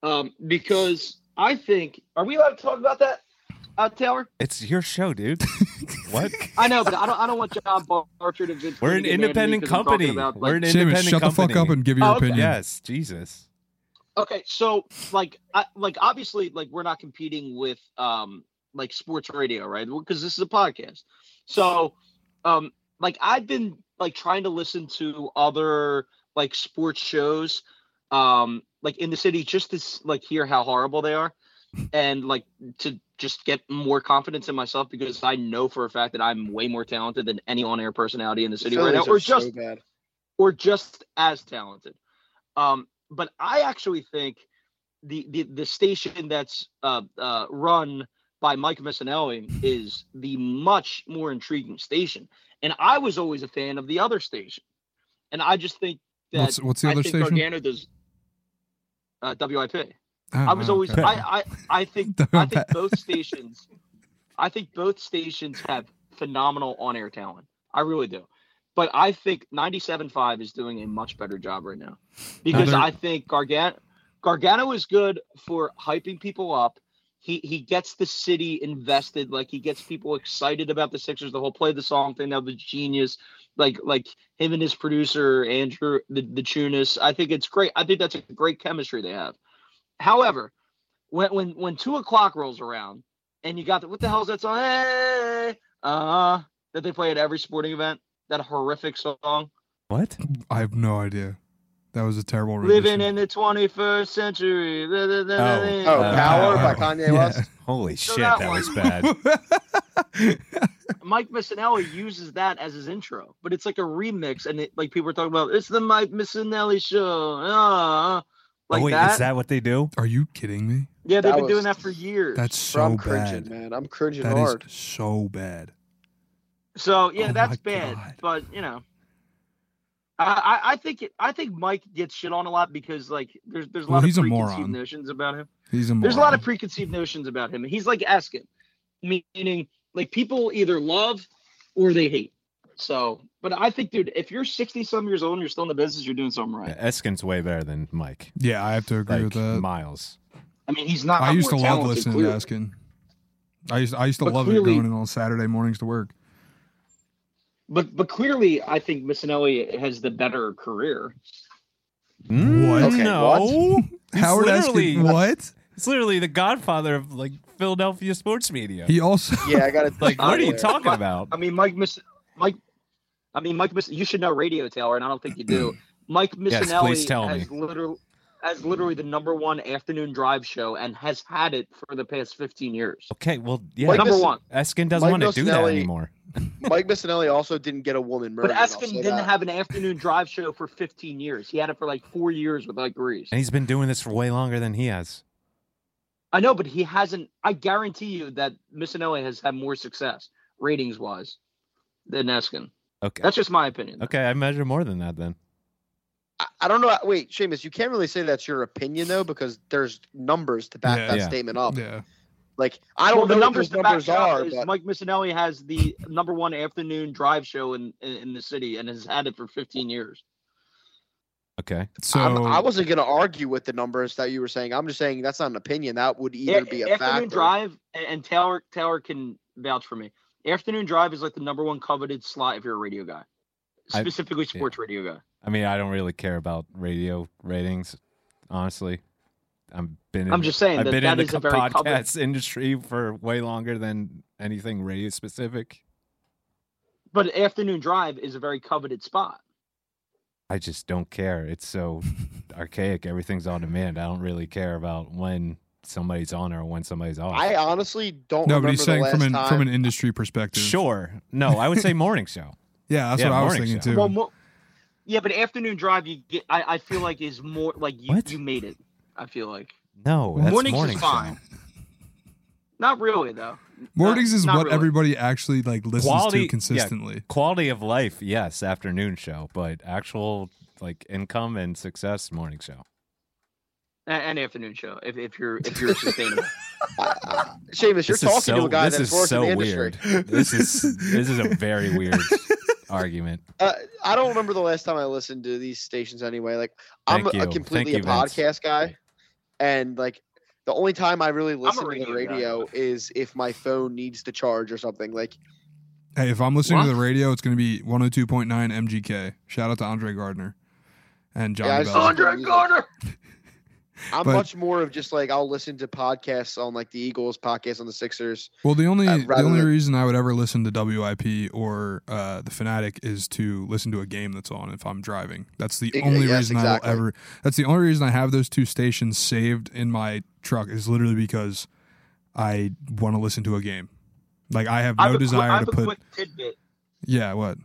Speaker 1: um, because I think are we allowed to talk about that, uh, Taylor?
Speaker 4: it's your show, dude. what?
Speaker 1: I know, but I don't. I don't want John Barcher to. Vince
Speaker 4: We're an
Speaker 1: Cody to get mad at me
Speaker 4: independent
Speaker 1: 'cause I'm talking
Speaker 4: company.
Speaker 1: about, like,
Speaker 4: We're an
Speaker 2: Seamus,
Speaker 4: independent
Speaker 2: shut the
Speaker 4: company.
Speaker 2: fuck up and give your
Speaker 1: Oh, okay.
Speaker 2: opinion.
Speaker 4: Yes, Jesus.
Speaker 1: Okay, so like, I, like obviously, like we're not competing with um like sports radio, right? Because this is a podcast. So, um, like I've been like trying to listen to other like sports shows, um, like in the city, just to s- like hear how horrible they are. and like to just get more confidence in myself because I know for a fact that I'm way more talented than any on-air personality in the city right now,
Speaker 3: Phillies are
Speaker 1: or just
Speaker 3: so bad.
Speaker 1: or just as talented. Um, but I actually think the the, the station that's uh, uh, run by Mike Messinelli is the much more intriguing station. And I was always a fan of the other station, and I just think that
Speaker 2: What's what's the
Speaker 1: I
Speaker 2: other
Speaker 1: think
Speaker 2: station?
Speaker 1: Gargano does uh, WIP.
Speaker 2: Oh,
Speaker 1: I was
Speaker 2: oh,
Speaker 1: always
Speaker 2: okay.
Speaker 1: I, I I think I think both stations I think both stations have phenomenal on air talent. I really do. But I think 97.5 is doing a much better job right now. Because
Speaker 2: they're-
Speaker 1: I think Gargano Gargano is good for hyping people up. He he gets the city invested, like he gets people excited about the Sixers. The whole play the song thing that was genius. Like like him and his producer Andrew the the Tunis. I think it's great. I think that's a great chemistry they have. However, when when when two o'clock rolls around and you got the what the hell is that song? Hey, uh that they play at every sporting event. That horrific song.
Speaker 4: What?
Speaker 2: I have no idea. That was a terrible rendition.
Speaker 1: Living in the 21st century. Oh,
Speaker 3: Oh,
Speaker 4: Uh,
Speaker 3: Power
Speaker 4: uh,
Speaker 3: by Kanye
Speaker 2: yeah.
Speaker 3: West.
Speaker 4: Holy
Speaker 1: So
Speaker 4: shit,
Speaker 1: that
Speaker 4: that,
Speaker 1: one-
Speaker 4: was bad.
Speaker 1: Mike Missinelli uses that as his intro, but it's like a remix, and it, like people are talking about it's the Mike Missinelli show, uh, like
Speaker 4: oh, wait,
Speaker 1: that.
Speaker 4: is that what they do?
Speaker 2: Are you kidding me?
Speaker 1: Yeah, they've
Speaker 3: That
Speaker 1: been doing
Speaker 3: was-
Speaker 1: that for years.
Speaker 2: That's
Speaker 3: Bro,
Speaker 2: so
Speaker 3: I'm cringing,
Speaker 2: bad.
Speaker 3: man. I'm cringing
Speaker 2: That is
Speaker 3: hard.
Speaker 2: so bad.
Speaker 1: So yeah,
Speaker 2: Oh
Speaker 1: that's
Speaker 2: my
Speaker 1: bad.
Speaker 2: God.
Speaker 1: But you know, I, I I think it, I think Mike gets shit on a lot because like there's there's a lot
Speaker 2: Well,
Speaker 1: of
Speaker 2: he's a
Speaker 1: preconceived
Speaker 2: moron.
Speaker 1: notions about him.
Speaker 2: He's a moron.
Speaker 1: There's a lot of preconceived notions about him. He's like Eskin, meaning like people either love or they hate. So, but I think, dude, if you're 60 some years old and you're still in the business, you're doing something right.
Speaker 4: Yeah, Eskin's way better than Mike.
Speaker 2: yeah, I have to agree
Speaker 4: Like
Speaker 2: with that.
Speaker 4: Miles.
Speaker 1: I mean, he's not.
Speaker 2: I
Speaker 1: I'm
Speaker 2: used to
Speaker 1: more
Speaker 2: love
Speaker 1: talented,
Speaker 2: listening
Speaker 1: clearly.
Speaker 2: to Askin. I used I used to
Speaker 1: But
Speaker 2: love
Speaker 1: clearly-
Speaker 2: it going in on Saturday mornings to work.
Speaker 1: But but clearly, I think Missinelli has the better career.
Speaker 4: Mm,
Speaker 2: What?
Speaker 3: Okay,
Speaker 4: no. He's
Speaker 2: Howard
Speaker 4: literally-
Speaker 2: Askin, what?
Speaker 4: It's literally the godfather of like Philadelphia sports media.
Speaker 2: He also
Speaker 3: Yeah, I got it.
Speaker 4: like, what are you
Speaker 1: Yeah.
Speaker 4: talking about?
Speaker 1: I mean, Mike Miss Mike. I mean, Mike Miss. You should know radio, Taylor, and I don't think you
Speaker 2: Mm.
Speaker 1: do. Mike
Speaker 4: Yes,
Speaker 1: Missinelli
Speaker 4: please tell me.
Speaker 1: has literally has literally the number one afternoon drive show and has had it for the past 15 years.
Speaker 4: Okay, well, yeah.
Speaker 3: Mike
Speaker 1: number
Speaker 3: Missin-
Speaker 1: one.
Speaker 4: Eskin doesn't
Speaker 3: Mike
Speaker 4: want to do that
Speaker 3: Missinelli-
Speaker 4: anymore.
Speaker 3: Mike Missinelli also didn't get a woman
Speaker 1: But
Speaker 3: murdered. I'll
Speaker 1: Eskin
Speaker 3: say
Speaker 1: didn't
Speaker 3: that.
Speaker 1: have an afternoon drive show for 15 years. He had it for like four years with like Reese.
Speaker 4: And he's been doing this for way longer than he has.
Speaker 1: I know, but he hasn't. I guarantee you that Missinelli has had more success ratings wise than Eskin.
Speaker 4: Okay.
Speaker 1: That's just my opinion.
Speaker 4: Okay, I measure more than that then.
Speaker 3: I, I don't know. Wait, Seamus, you can't really say that's your opinion though, because there's numbers to back
Speaker 2: Yeah.
Speaker 3: that
Speaker 4: Yeah.
Speaker 3: statement up.
Speaker 2: yeah.
Speaker 3: Like I don't
Speaker 1: Well,
Speaker 3: know
Speaker 1: the
Speaker 3: what
Speaker 1: numbers.
Speaker 3: those
Speaker 1: The
Speaker 3: numbers are,
Speaker 1: is
Speaker 3: but
Speaker 1: Mike Missinelli has the number one afternoon drive show in, in in the city and has had it for 15 years.
Speaker 4: Okay.
Speaker 2: So
Speaker 3: I'm- I wasn't going to argue with the numbers that you were saying. I'm just saying that's not an opinion. That would either be
Speaker 1: A-
Speaker 3: a
Speaker 1: afternoon
Speaker 3: fact. or-
Speaker 1: drive and- and Taylor Taylor can vouch for me. Afternoon drive is like the number one coveted slot if you're a radio guy,
Speaker 4: I-
Speaker 1: specifically sports radio guy.
Speaker 4: I mean, I don't really care about radio ratings, honestly. I've been in,
Speaker 1: I'm just saying
Speaker 4: I've
Speaker 1: that
Speaker 4: been
Speaker 1: that
Speaker 4: in
Speaker 1: is
Speaker 4: the
Speaker 1: a very
Speaker 4: podcast
Speaker 1: coveted.
Speaker 4: industry for way longer than anything radio specific.
Speaker 1: But afternoon drive is a very coveted spot.
Speaker 4: I just don't care. It's so archaic. Everything's on demand. I don't really care about when somebody's on or when somebody's off.
Speaker 3: I honestly don't
Speaker 2: no, but
Speaker 3: remember
Speaker 2: he's
Speaker 3: the
Speaker 2: saying
Speaker 3: last
Speaker 2: from an
Speaker 3: time.
Speaker 2: from an industry perspective.
Speaker 4: sure. No, I would say morning show.
Speaker 2: Yeah, that's
Speaker 4: Yeah,
Speaker 2: what I was
Speaker 4: morning
Speaker 2: thinking
Speaker 4: show.
Speaker 2: too.
Speaker 1: Well, mo- yeah, but afternoon drive you get. I, I feel like is more like you,
Speaker 4: What?
Speaker 1: you made it. I feel like
Speaker 4: No, that's
Speaker 1: mornings
Speaker 4: morning
Speaker 1: is
Speaker 4: show.
Speaker 1: fine. Not really though.
Speaker 2: Mornings is
Speaker 1: not
Speaker 2: what
Speaker 1: really.
Speaker 2: everybody actually like listens
Speaker 4: Quality- yeah.
Speaker 2: to consistently.
Speaker 4: Quality of life, yes, afternoon show, but actual like income and success, morning show.
Speaker 1: A- An afternoon show if, if you're if you're sustainable.
Speaker 3: Seamus, you're
Speaker 4: This is
Speaker 3: talking to
Speaker 4: so-
Speaker 3: a guy
Speaker 4: this
Speaker 3: that's
Speaker 4: is
Speaker 3: working
Speaker 4: so
Speaker 3: the industry.
Speaker 4: weird. This is this is a very weird argument.
Speaker 3: Uh, I don't remember the last time I listened to these stations anyway. Like I'm
Speaker 4: Thank
Speaker 3: a-
Speaker 4: you.
Speaker 3: a
Speaker 4: Thank
Speaker 3: completely
Speaker 4: you,
Speaker 3: a
Speaker 4: Vince.
Speaker 3: podcast guy, and like the only time I really listen to the
Speaker 1: radio guy.
Speaker 3: radio is if my phone needs to charge or something. Like
Speaker 2: Hey, if I'm listening to
Speaker 1: What?
Speaker 2: the radio, it's going to be 102.9 MGK. Shout out to Oh. Andre Gardner and John
Speaker 3: Yeah, I
Speaker 2: Bell.
Speaker 3: saw-
Speaker 1: Andre Garner.
Speaker 3: I'm
Speaker 2: But-
Speaker 3: much more of just like I'll listen to podcasts on like the Eagles, podcasts on the Sixers.
Speaker 2: Well, the only
Speaker 3: Uh,
Speaker 2: the
Speaker 3: rather
Speaker 2: only
Speaker 3: than-
Speaker 2: reason I would ever listen to WIP or uh, the Fanatic is to listen to a game that's on if I'm driving. That's the
Speaker 3: Ex-
Speaker 2: only
Speaker 3: yes,
Speaker 2: reason
Speaker 3: exactly.
Speaker 2: I'll ever. That's the only reason I have those two stations saved in my truck is literally because I want to listen to a game. Like I have no
Speaker 1: I have a qu-
Speaker 2: desire
Speaker 1: I have
Speaker 2: to
Speaker 1: a
Speaker 2: put.
Speaker 1: quick tidbit.
Speaker 2: yeah, what?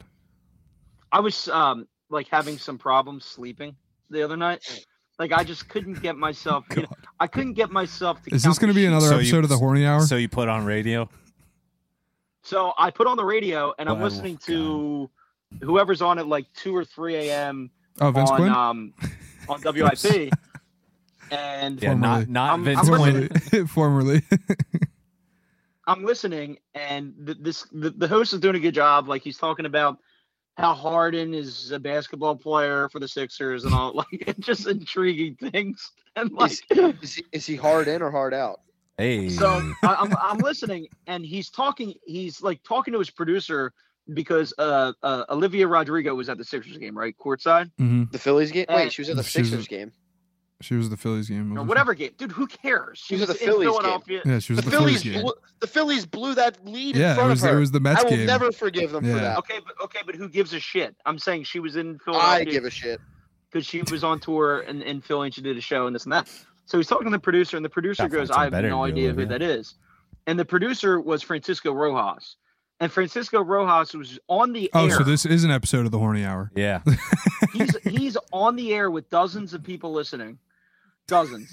Speaker 1: I was um like having some problems sleeping the other night. Like I just couldn't get myself. You know,
Speaker 2: God.
Speaker 1: I couldn't get myself to.
Speaker 2: Is
Speaker 1: count
Speaker 2: this going to
Speaker 1: the
Speaker 2: be
Speaker 1: sheep.
Speaker 2: another
Speaker 4: So you-
Speaker 2: episode of the Horny Hour?
Speaker 4: So you put on radio?
Speaker 1: So I put on the radio and I'm
Speaker 4: Wow,
Speaker 1: listening to whoever's on at like two or three a.m.
Speaker 2: oh, Vince
Speaker 1: on
Speaker 2: Quinn.
Speaker 1: um on WIP. and
Speaker 4: Yeah,
Speaker 2: Formerly.
Speaker 4: not not
Speaker 1: I'm-
Speaker 4: Vince
Speaker 1: I'm
Speaker 4: Quinn.
Speaker 2: formerly, formerly.
Speaker 1: I'm listening, and th- this the, the host is doing a good job. Like he's talking about how Harden is a basketball player for the Sixers and all, like just intriguing things. And like,
Speaker 3: Is, is, he, is he hard in or hard out?
Speaker 4: Hey,
Speaker 1: so I, I'm I'm listening, and he's talking. He's like talking to his producer because uh, uh Olivia Rodrigo was at the Sixers game, right, courtside
Speaker 4: Mm-hmm.
Speaker 2: hmm
Speaker 3: The Phillies game?
Speaker 1: Uh,
Speaker 3: Wait, she was at the
Speaker 2: She was-
Speaker 3: Sixers game.
Speaker 2: She was the Phillies game
Speaker 1: or
Speaker 2: wasn't she?
Speaker 1: whatever game. Dude, who cares? She
Speaker 3: She was
Speaker 1: was
Speaker 3: at the
Speaker 1: in
Speaker 3: Phillies game.
Speaker 1: Philadelphia.
Speaker 2: Yeah, she was the,
Speaker 3: the
Speaker 2: Phillies,
Speaker 3: Phillies,
Speaker 2: game.
Speaker 3: blew, the Phillies blew that lead in
Speaker 2: yeah, it
Speaker 3: front
Speaker 2: was
Speaker 3: of her.
Speaker 2: it was the Mets
Speaker 3: I will
Speaker 2: game.
Speaker 3: never forgive them
Speaker 2: Yeah.
Speaker 3: for that.
Speaker 1: Okay, but okay, but who gives a shit? I'm saying she was in Philadelphia.
Speaker 3: I give a shit.
Speaker 1: because she was on tour and in Philly and she did a show and this and that. So he's talking to the producer, and the producer
Speaker 4: That
Speaker 1: goes,
Speaker 4: fucking
Speaker 1: "I have
Speaker 4: better
Speaker 1: no
Speaker 4: than
Speaker 1: idea who
Speaker 4: Olivia."
Speaker 1: that is." And the producer was Francisco Rojas, and Francisco Rojas was on the
Speaker 2: oh,
Speaker 1: air.
Speaker 2: so this is an episode of the Horny Hour.
Speaker 4: yeah,
Speaker 1: he's he's on the air with dozens of people listening, dozens,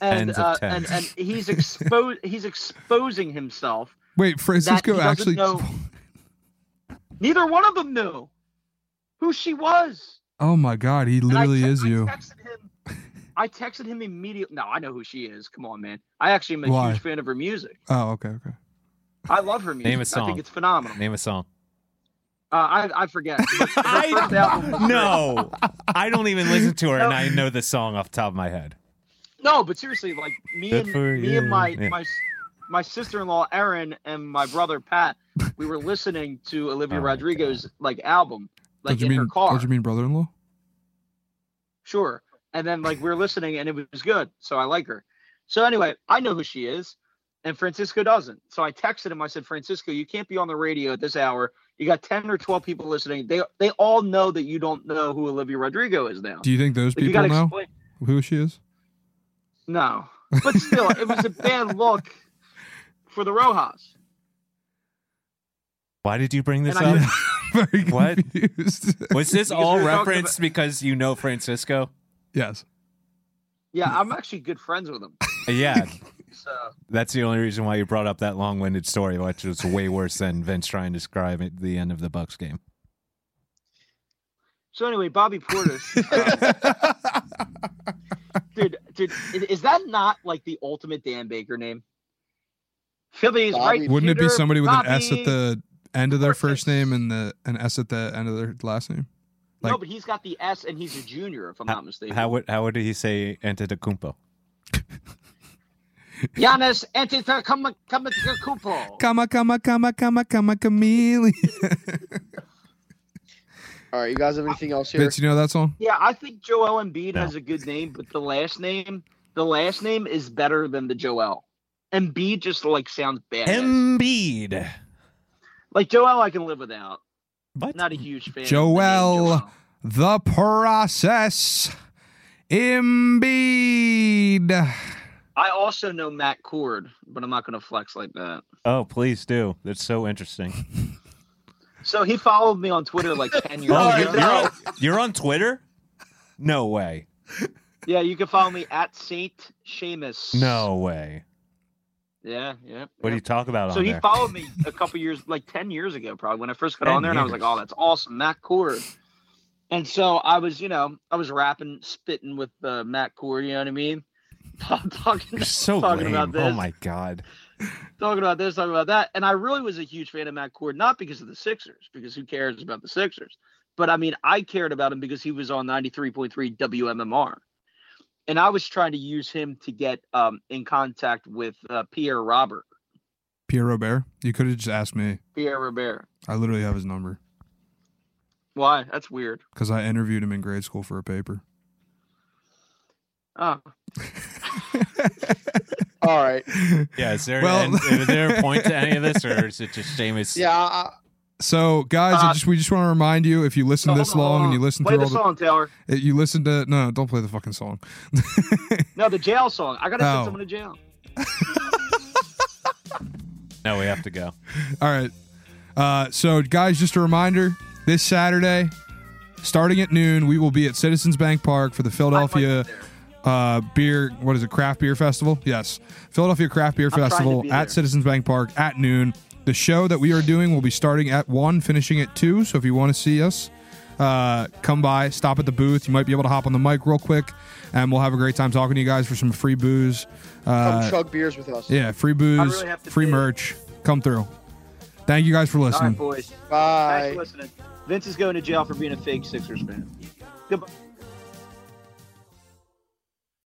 Speaker 1: and
Speaker 4: Tens of
Speaker 1: uh, and
Speaker 4: tens.
Speaker 1: and he's exposed he's exposing himself.
Speaker 2: Wait, Francisco
Speaker 1: doesn't
Speaker 2: actually.
Speaker 1: know- Neither one of them knew who she was.
Speaker 2: Oh my God, he
Speaker 1: And I
Speaker 2: literally
Speaker 1: te-
Speaker 2: is
Speaker 1: I
Speaker 2: you.
Speaker 1: Texted him, I texted him immediately. No, I know who she is. Come on, man. I actually am a
Speaker 2: Why?
Speaker 1: huge fan of her music.
Speaker 2: Oh, okay, okay.
Speaker 1: I love her music.
Speaker 4: Name a
Speaker 1: I
Speaker 4: song.
Speaker 1: think it's phenomenal.
Speaker 4: name a song.
Speaker 1: Uh, I I forget. Her first album was great.
Speaker 4: no, I don't even listen to her, and
Speaker 1: No.
Speaker 4: I know the song off the top of my head.
Speaker 1: no, but seriously, like me
Speaker 4: Good
Speaker 1: and
Speaker 4: for
Speaker 1: me
Speaker 4: you.
Speaker 1: and my
Speaker 4: Yeah.
Speaker 1: my my sister-in-law Erin and my brother Pat, we were listening to Olivia
Speaker 4: Oh my
Speaker 1: Rodrigo's like album, like
Speaker 2: don't you
Speaker 1: in
Speaker 2: mean?
Speaker 1: her car.
Speaker 2: Don't you mean brother-in-law?
Speaker 1: sure. And then like we were listening and it was good. So I like her. So anyway, I know who she is and Francisco doesn't. So I texted him. I said, Francisco, you can't be on the radio at this hour. You got 10 or 12 people listening. They they all know that you don't know who Olivia Rodrigo is now.
Speaker 2: Do you think those
Speaker 1: Like, you
Speaker 2: people
Speaker 1: gotta
Speaker 2: know
Speaker 1: explain.
Speaker 2: who she is?
Speaker 1: No. But still, it was a bad look for the Rojas.
Speaker 4: Why did you bring this
Speaker 1: And I-
Speaker 4: up?
Speaker 2: Very
Speaker 4: What?
Speaker 2: confused.
Speaker 4: Was this
Speaker 1: Because
Speaker 4: all
Speaker 1: we were talking
Speaker 4: referenced because you know Francisco?
Speaker 2: yes.
Speaker 1: Yeah, I'm actually good friends with him.
Speaker 4: Yeah,
Speaker 1: So
Speaker 4: that's the only reason why you brought up that long-winded story, which was way worse than Vince trying to describe at the end of the Bucks game.
Speaker 1: so anyway, Bobby Portis. uh, dude, dude, i- is that not like the ultimate Dan Baker name? Phillies,
Speaker 3: Bobby-
Speaker 1: right?
Speaker 2: Wouldn't it be
Speaker 1: Peter,
Speaker 2: somebody with an S
Speaker 1: Bobby.
Speaker 2: at the end of their first
Speaker 1: Perfect.
Speaker 2: name and the an S at the end of their last name?
Speaker 1: no,
Speaker 2: like-
Speaker 1: but he's got the S, and he's a junior, if I'm not mistaken.
Speaker 4: How would how would he say Antetokounmpo?
Speaker 1: Giannis Antetokounmpo.
Speaker 2: Kama kama kama kama kama chameleon.
Speaker 3: All right, you guys have anything else here?
Speaker 2: Vince, you know that song?
Speaker 1: Yeah, I think Joel Embiid
Speaker 4: No.
Speaker 1: has a good name, but the last name, the last name is better than the Joel. Embiid just like sounds bad.
Speaker 4: Embiid.
Speaker 1: like Joel, I can live without.
Speaker 4: What?
Speaker 1: Not a huge fan. of the name
Speaker 2: Joel.
Speaker 1: Joel.
Speaker 2: The process. Embiid.
Speaker 1: I also know Matt Cord, but I'm not going to flex like that.
Speaker 4: Oh, please do. That's so interesting.
Speaker 1: So he followed me on Twitter like 10 years
Speaker 4: Oh,
Speaker 1: ago.
Speaker 4: you're, you're on, you're on Twitter? No way.
Speaker 1: Yeah, you can follow me at Saint Seamus.
Speaker 4: No way.
Speaker 1: Yeah, yeah.
Speaker 4: What do
Speaker 1: yeah.
Speaker 4: you talk about
Speaker 1: so
Speaker 4: on
Speaker 1: he
Speaker 4: there?
Speaker 1: followed me a couple years, like 10 years ago, probably when I first got
Speaker 4: 10
Speaker 1: on there, and I was
Speaker 4: years.
Speaker 1: like, oh, that's awesome, Matt Cord. And so I was, you know, I was rapping, spitting with uh, Matt Cord, you know what I mean? talking
Speaker 4: You're so
Speaker 1: talking
Speaker 4: lame.
Speaker 1: about this,
Speaker 4: Oh my god.
Speaker 1: talking about this, talking about that. And I really was a huge fan of Matt Cord, not because of the Sixers, because who cares about the Sixers? But I mean, I cared about him because he was on 93.3 WMMR. And I was trying to use him to get um, in contact with uh, Pierre Robert,
Speaker 2: Pierre Robert. You could have just asked me.
Speaker 1: Pierre Robert.
Speaker 2: I literally have his number
Speaker 1: Why? That's weird.
Speaker 2: because I interviewed him in grade school for a paper.
Speaker 1: Oh,
Speaker 3: All right.
Speaker 4: Yeah, is there,
Speaker 2: Well-
Speaker 4: and- is there a point to any of this, or is it just Seamus?
Speaker 3: Yeah. I,
Speaker 2: so, guys, I
Speaker 1: Uh,
Speaker 2: just we just want to remind you if you listen
Speaker 1: hold
Speaker 2: this
Speaker 1: on, hold
Speaker 2: long and
Speaker 1: on.
Speaker 2: you listen
Speaker 1: Play
Speaker 2: through
Speaker 1: the
Speaker 2: all
Speaker 1: song,
Speaker 2: the
Speaker 1: Taylor.
Speaker 2: Uh, You listen to no, don't play the fucking song.
Speaker 1: No, the jail song. I gotta
Speaker 2: Oh.
Speaker 1: send someone to jail.
Speaker 4: No, we have to go.
Speaker 2: All right. Uh, so, guys, just a reminder: this Saturday, starting at noon, we will be at Citizens Bank Park for the Philadelphia uh, Beer. What is it? Craft Beer Festival? Yes, Philadelphia Craft Beer
Speaker 1: trying to
Speaker 2: Festival
Speaker 1: be there.
Speaker 2: at Citizens Bank Park at noon. The show that we are doing will be starting at one, finishing at two. So, if you want to see us, uh, come by, stop at the booth. You might be able to hop on the mic real quick, and we'll have a great time talking to you guys for some free booze.
Speaker 3: come
Speaker 2: Uh,
Speaker 3: chug beers with us.
Speaker 2: Yeah, free booze,
Speaker 1: really have to
Speaker 2: free
Speaker 1: pee.
Speaker 2: merch. Come through. Thank you guys for
Speaker 1: All
Speaker 2: listening.
Speaker 1: right, boys.
Speaker 3: Bye.
Speaker 1: Thanks for listening. Vince is going to jail for being a fake Sixers fan. Goodbye.